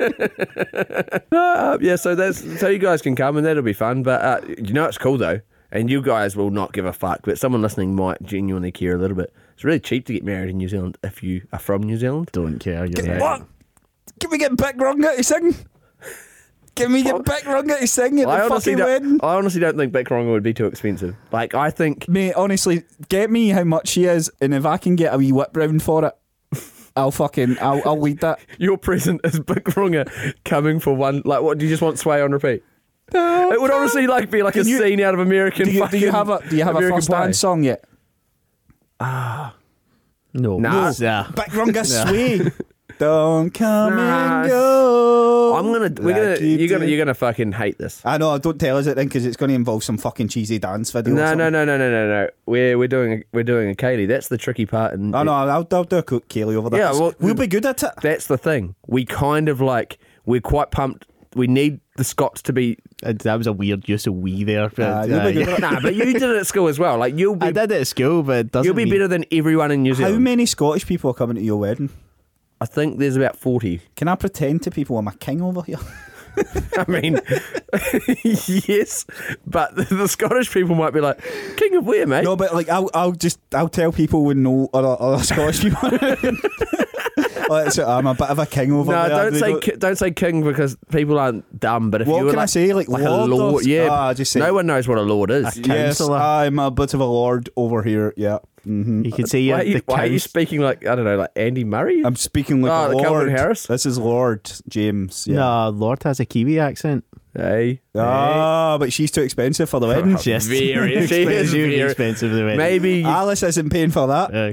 S4: bit now.
S5: Uh, yeah, so that's so you guys can come and that'll be fun. But uh, you know it's cool though, and you guys will not give a fuck. But someone listening might genuinely care a little bit. It's really cheap to get married in New Zealand if you are from New Zealand.
S3: Don't care. You're right.
S4: what? Can we get Big Wrong out of singing? Can we get Big Wrong out of singing at
S5: I
S4: the
S5: honestly,
S4: fucking
S5: don't, Oh.
S4: wedding?
S5: I honestly don't think Bikronga would be too expensive. Like, I think
S4: Mate, honestly, get me how much he is, and if I can get a wee whip round for it, I'll fucking, I'll, I'll lead that.
S5: your present is Bikronga coming for one. Like, what do you just want Sway on repeat? It would honestly like be like a
S4: Can you-
S5: scene out of American.
S4: Do you, do you
S5: fucking
S4: have a, do you have a
S5: American
S4: first
S5: Pie.
S4: dance song yet?
S3: No.
S5: Nah.
S3: It's, uh,
S4: Big Wrong sway. Don't come
S5: Nah.
S4: and go.
S5: I'm gonna. We're gonna.
S4: Like you
S5: you're gonna.
S4: do.
S5: You're gonna fucking hate this.
S4: I know. Don't tell us it then, because it's going to involve some fucking cheesy dance video.
S5: No, no, no, no, no, no, no. We're we're doing a, we're doing a Kaylee. That's the tricky part, and
S4: Oh no, I'll, I'll do a cook Kaylee over there.
S5: Yeah, well-
S4: we'll be good at it.
S5: that's the thing. We kind of like we're quite pumped. We need the Scots to be.
S3: it- Uh, that was a weird use of we there. but,
S4: Nah, you'll be
S3: uh,
S4: good at it.
S5: Nah, but you did it at school as well. Like you'll be
S3: I did it at school, but it doesn't
S5: you'll be
S3: mean-
S5: better than everyone in New
S4: How
S5: Zealand.
S4: many Scottish people are coming to your wedding?
S5: I think there's about forty.
S4: Can I pretend to people I'm a king over here?
S5: I mean, yes, but the, the Scottish people might be like, "King of where, mate?"
S4: no, but like I'll, I'll just I'll tell people with no other, other Scottish people. Like, so I'm a bit of a king over
S5: No,
S4: there.
S5: don't
S4: They
S5: say ki- don't say king because people aren't dumb. But if
S4: What
S5: you were
S4: can I
S5: like,
S4: say? Like
S5: like a
S4: lord or
S5: lord,
S4: s-
S5: yeah.
S4: Ah, just say-
S5: no one knows what a lord is.
S4: Yes,
S3: Councillor.
S4: I'm a bit of a lord over here. Yeah, hmm
S3: You could say you're
S5: Why, are you,
S3: the
S5: why are you
S3: count-
S5: speaking like I don't know, like Andy Murray?
S4: I'm speaking like
S5: Ah,
S4: a
S5: the
S4: lord.
S5: Calvin Harris?
S4: This is Lord James. Yeah.
S3: No, Lord has a Kiwi accent.
S5: hey,
S4: Ah, but she's too expensive for the wedding.
S3: Yes.
S5: Very- she is
S3: expensive,
S5: very-
S3: expensive. The wedding.
S5: maybe.
S4: Alice isn't paying for that.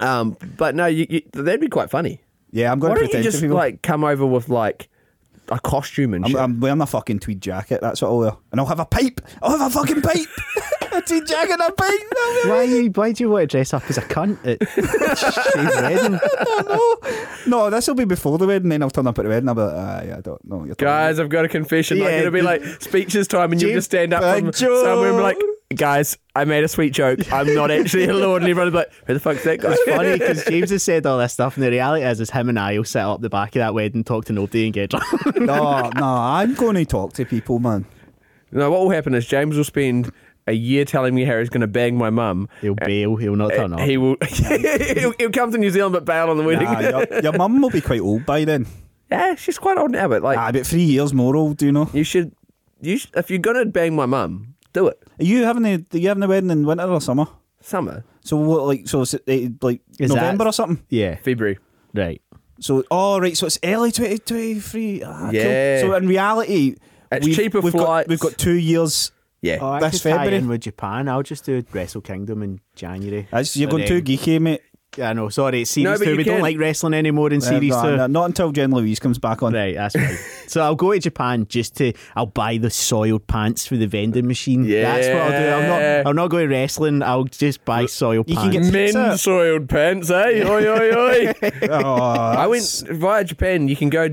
S3: Uh,
S5: um, but no, you, you, that'd be quite funny.
S4: Yeah, I'm going
S5: Why
S4: to
S5: don't you
S4: pretend
S5: just
S4: to people.
S5: like come over with like a costume and
S4: I'm,
S5: shit?
S4: I'm wearing a fucking tweed jacket. That's what I'll wear, and I'll have a pipe. I'll have a fucking pipe. a tweed jacket, and a pipe.
S3: why, you, why do you want to dress up as a cunt at Shane's wedding?
S4: no, no, this will be before the wedding. Then I'll turn up at the wedding. I'll be like, ah, yeah, I don't know. You're talking
S5: Guys, I've got a confession. like
S3: Yeah,
S5: it'll be like speeches time, and you
S3: Jim-
S5: just stand up
S4: Bad
S5: from somewhere and be like, "Guys, I made a sweet joke. I'm not actually a lord." And everyone's like, "Who the fuck's that guy?"
S3: Funny because James has said all this stuff, and the reality is, is him and I will sit up the back of that wedding, talk to nobody, and get drunk.
S4: no, no, I'm going to talk to people, man.
S5: No, what will happen is James will spend a year telling me Harry's going to bang my mum.
S3: He'll
S4: Eh,
S3: bail. He'll not turn up.
S5: He will. he'll, he'll come to New Zealand but bail on the wedding.
S4: Ah, your, your mum will be quite old by then.
S5: yeah, she's quite old now, but like
S4: Ah, about three years more old, do you know?
S5: you should, you sh- if you're going to bang my mum, do it
S4: Are you having a are you having a wedding in winter or summer?
S5: summer,
S4: So what, like, so is it, eh, like
S3: Is that-
S4: November or something?
S3: yeah.
S5: February.
S3: Right.
S4: So, all right, so it's early 2023. Ah, cool.
S5: Yeah.
S4: So in reality,
S5: It's
S4: we've,
S5: cheaper
S4: we've
S5: flights.
S4: Got, we've got two years.
S5: Yeah,
S3: Oh, I
S4: This
S3: could tie
S4: February?
S3: in with Japan. I'll just do Wrestle Kingdom in January.
S4: That's- you're
S3: And
S4: going too
S3: then-
S4: geeky, mate.
S3: Yeah, I know. Sorry, it's series
S5: but
S3: two.
S5: you
S3: We
S5: can-
S3: don't like wrestling anymore in series
S4: Uh,
S3: two.
S4: no, no, not until Jen Louise comes back on.
S3: Right, that's right. so I'll go to Japan just to I'll buy the soiled pants through the vending machine. That's what I'll do. I'm
S5: Yeah.
S3: not I'm not going wrestling. I'll just buy soiled
S4: you can
S3: pants.
S4: get-
S5: men
S4: Pizza.
S5: soiled pants, eh? Oi, oi, oi!
S4: Oh,
S5: I went via Japan. You can go.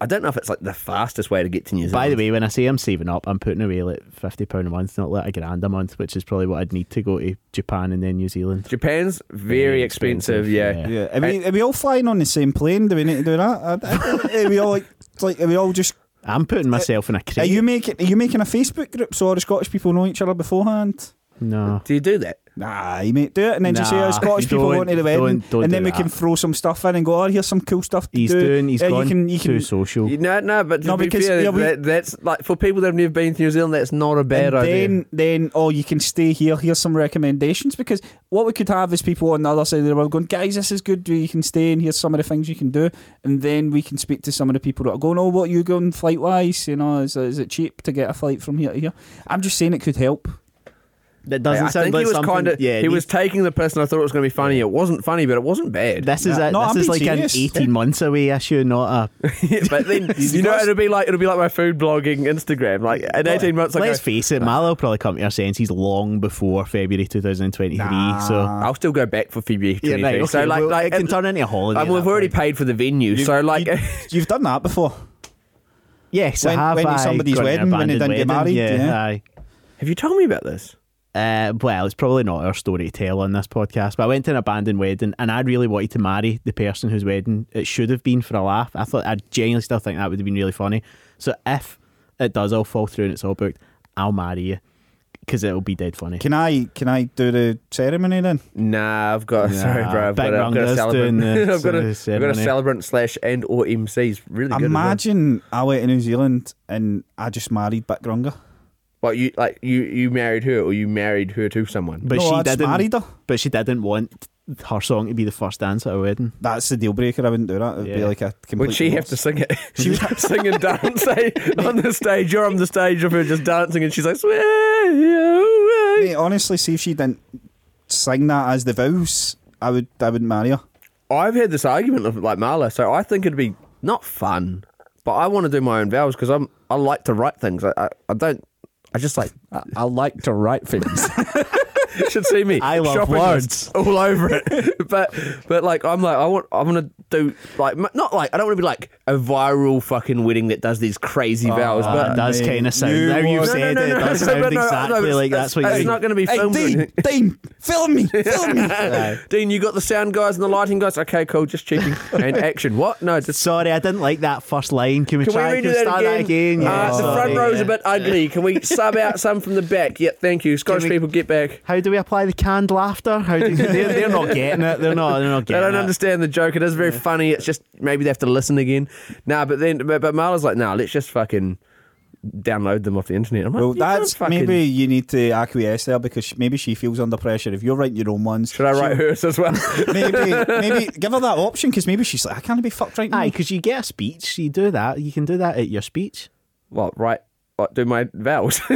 S5: I don't know if it's like the fastest way to get to New Zealand.
S3: By the way, when I say I'm saving up, I'm putting away like fifty pound a month, not like a grand a month, which is probably what I'd need to go to Japan and then New Zealand.
S5: Japan's very
S3: Very
S5: expensive.
S3: expensive,
S5: yeah.
S3: yeah.
S4: yeah. Are we, are we all flying on the same plane? Do we need to do that? Are, are we all like, it's like, are we all just?
S3: I'm putting myself in a
S4: Are
S3: crate.
S4: you making? Are you making a Facebook group so all the Scottish people know each other beforehand?
S3: no,
S5: Do you do that?
S4: Nah, you mate, do it, and then just say, oh,
S3: Nah,
S4: Scottish people
S3: don't-
S4: going to the wedding,
S3: don't- don't
S4: and then
S3: do
S4: we
S3: that.
S4: can throw some stuff in and go, oh, here's some cool stuff to
S3: He's
S4: do.
S3: doing. He's
S4: yeah,
S3: gone
S4: uh, you can, you
S3: too
S4: can,
S3: social.
S5: You- No, no, but to
S4: No,
S5: be
S4: because,
S5: fair,
S4: yeah, we-
S5: that, that's like for people that have never been to New Zealand, that's not a bad
S4: and
S5: idea.
S4: then, then, oh, you can stay here. Here's some recommendations because what we could have is people on the other side of the world going, guys, this is good. You can stay, and here's some of the things you can do. And then we can speak to some of the people that are going, oh, what are you going flight wise? You know, is, is it cheap to get a flight from here to here? I'm just saying it could help.
S3: That
S5: Like,
S3: doesn't
S5: I
S3: sound
S5: think
S3: like
S5: he was
S3: something.
S5: kind of
S3: yeah,
S5: he was taking the piss, and I thought it was going to be funny. It wasn't funny, but it wasn't bad.
S3: This is
S4: Nah,
S3: a,
S4: no, I'm
S3: this is
S4: being
S3: like
S4: serious.
S3: an eighteen months away issue, not a.
S5: Yeah, but then you know
S4: because-
S5: it'll be like it'll be like my food blogging Instagram. Like in eighteen months, I go,
S3: Let's face it, Malo will probably come to our senses long before February 2023. So
S5: I'll still go back for February.
S3: yeah,
S5: 23.
S3: right,
S5: so
S3: okay,
S5: like,
S3: well,
S5: like
S3: it can
S5: it-
S3: turn into a holiday.
S5: and
S3: at
S5: we've
S3: that
S5: already
S3: point.
S5: paid for the venue, so like
S4: you, you've done that before.
S3: yes,
S4: When-
S3: I have
S4: when it's
S3: aye,
S4: somebody's
S3: gone to
S4: wedding, when they
S3: abandoned
S4: didn't get
S3: wedding,
S4: married,
S3: Yeah,
S4: yeah.
S3: aye.
S5: have you told me about this?
S3: Uh, well, it's probably not our story to tell on this podcast, but I went to an abandoned wedding and I really wanted to marry the person whose wedding it should have been for a laugh. I thought I genuinely still think that would have been really funny. So if it does all fall through and it's all booked, I'll marry you because it'll be dead funny.
S4: Can I can I do the ceremony then?
S5: Nah, I've got sorry,
S3: Nah,
S5: bro. I've
S3: Big
S5: got, a- I've got a
S3: Runga's
S5: celebrant.
S3: doing the
S5: I've got a, I've got a
S3: ceremony.
S5: celebrant slash and or MCs. Really good. as well.
S4: Imagine I went to New Zealand and I just married Bick Runga.
S5: Well, you like you you married her, or you married her to someone.
S3: But
S4: no,
S3: she
S4: I just
S3: didn't.
S4: married her.
S3: But she didn't want her song to be the first dance at a wedding.
S4: That's the deal breaker. I wouldn't do that. It'd be
S3: Yeah.
S4: like a complete.
S5: Would she have to
S4: divorce.
S5: sing it? She was sing and dance eh, on the stage. You're on the stage of her just dancing, and she's like, "Swear you away."
S4: Mate, honestly, see if she didn't sing that as the vows, I would. I would marry her.
S5: I've had this argument of like Marla, so I think it'd be not fun, but I want to do my own vows because I'm I like to write things. I I, I don't. I just like
S4: I, I like to write things.
S5: you should see me.
S3: I love
S5: shopping
S3: words.
S5: lists all over it. but but like I'm like I want I'm gonna do like m- not like I don't want to be like a viral fucking wedding that does these crazy
S3: Oh,
S5: vows.
S3: But
S5: But
S3: it does
S4: mate,
S3: kind of sound.
S4: you
S3: Now
S4: were-
S3: you've
S4: No, no,
S3: said
S5: no,
S3: it,
S5: no,
S3: it does
S5: no,
S3: sound
S5: but no, no,
S3: exactly
S5: it's-
S3: like
S5: it's-
S3: that's what you're
S5: It's not going to be
S4: hey,
S5: filmed. or
S4: Dean,
S5: anything.
S4: Dean, film me, film me.
S5: Dean, you got the sound guys and the lighting guys. Okay, cool. Just checking. and action. What? No, just.
S3: Sorry, I didn't like that first line. Can we
S5: Can we
S3: try
S5: redo
S3: can we
S5: that
S3: start
S5: again?
S3: that again? Yeah,
S5: uh, the
S3: sorry,
S5: front row's
S3: yeah.
S5: a bit ugly. Can we sub out some from the back? Yeah, thank you. Scottish
S3: we-
S5: people, get back.
S3: How do we apply the canned laughter? How do they're, they're not getting it. They're not. They're not
S5: They
S3: getting
S5: don't
S3: it.
S5: understand the joke. It is very funny. It's just maybe they have to listen again. Nah, but then but, but Marla's like, nah, let's just fucking download them off the internet. I'm like,
S4: Well,
S5: "You can't
S4: that's
S5: fucking-
S4: maybe you need to acquiesce there because she, maybe she feels under pressure. If you're writing your own ones,
S5: Should I write hers as well?
S4: maybe, maybe give her that option because maybe she's like, I can't be fucked right
S3: Aye,
S4: now.
S3: because you get a speech, you do that. You can do that at your speech.
S5: what? Right. What, do my vows.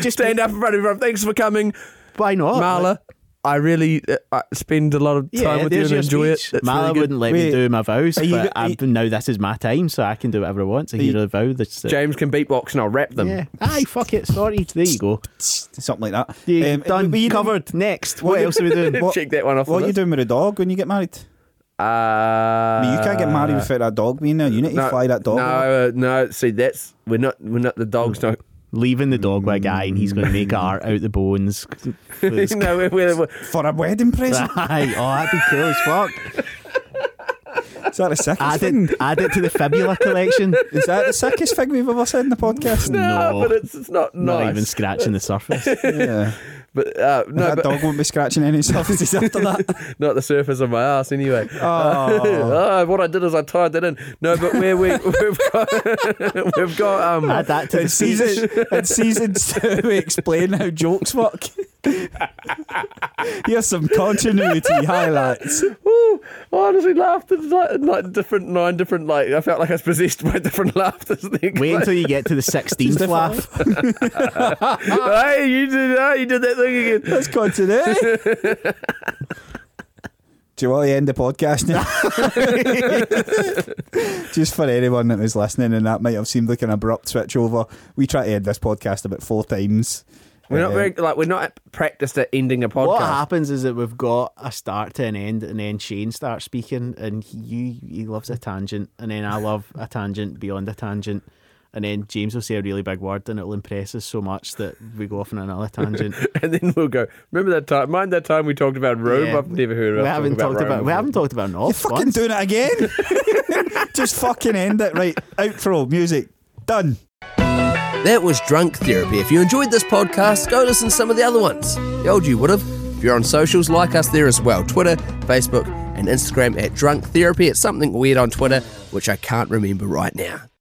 S3: just-
S5: stand up in front of everyone. Thanks for coming.
S3: Why not?
S5: Marla,
S3: Like,
S5: I really uh, I spend a lot of time
S3: yeah,
S5: with you
S3: there's
S5: and
S3: your
S5: enjoy it.
S3: speech.
S5: That's
S3: Marla
S5: really good.
S3: wouldn't let
S4: Wait,
S3: me do my vows,
S4: you
S3: but
S4: go-
S3: I'm, now this is my time, so I can do whatever I want. So
S4: you-
S3: hear a vow. That's the-
S5: James can beatbox and I'll rap them.
S3: Yeah. Aye, fuck it. Sorry. There you go.
S4: Something like that.
S3: You
S4: Um,
S3: done.
S4: but you-
S3: covered. Next. What
S4: you-
S3: else are we doing?
S4: What-
S5: Check that one off. the
S4: What are you
S5: list.
S4: doing with a dog when you get married?
S5: Uh,
S4: I mean, you can't get married without that dog being there. You need to fly that dog.
S5: No,
S4: over.
S5: uh, no. See, that's we're not. We're not the dogs. No,
S3: Leaving the dog with a guy, and he's going to make art out the bones. For his-
S5: no. We're, we're, we're,
S4: For a wedding present?
S3: Aye, oh, that'd be cool as fuck.
S4: Is that the sickest
S3: Add
S4: thing?
S3: it, add it to the fibula collection.
S4: Is that the sickest thing we've ever said in the podcast?
S5: no,
S3: No.
S5: but it's it's not nice.
S3: Not even scratching the surface.
S4: Yeah.
S5: But uh, no,
S4: that
S5: but
S4: dog won't be scratching any surfaces after that.
S5: not the surface of my ass anyway. Oh, what I did is I tied that in. No, but where we we've got we've got um.
S3: Add that to the
S4: In
S3: season.
S4: season, in seasons two, we explain how jokes work. Here's some continuity highlights.
S5: Ooh, I honestly laughed at like, like different nine different like I felt like I was possessed by different laughters. Thing.
S3: Wait until you get to the 16th laugh.
S5: hey, you did oh, you did that thing again.
S4: That's continuity. Do you want to end the podcast now? Just for anyone that was listening, and that might have seemed like an abrupt switch over. We try to end this podcast about four times.
S5: We're not
S4: Uh,
S5: very like we're not practiced at ending a podcast.
S3: What happens is that we've got a start to an end, and then Shane starts speaking, and he, he loves a tangent, and then I love a tangent beyond a tangent. And then James will say a really big word, and it'll impress us so much that we go off on another tangent.
S5: and then we'll go. Remember that time? Mind that time we talked about Rome?
S3: Yeah.
S5: I've never heard of.
S3: we
S5: us
S3: haven't
S5: talking about
S3: talked about,
S5: Rome
S3: we
S5: before.
S3: haven't talked about North.
S4: You're fucking
S3: once.
S4: doing it again. Just fucking end it. Right. Outro music. Done.
S2: That was Drunk Therapy. If you enjoyed this podcast, go listen to some of the other ones. The old you would have.
S5: you're on socials, like us there as well Twitter, Facebook, and Instagram at Drunk Therapy. It's something weird on Twitter, which I can't remember right now.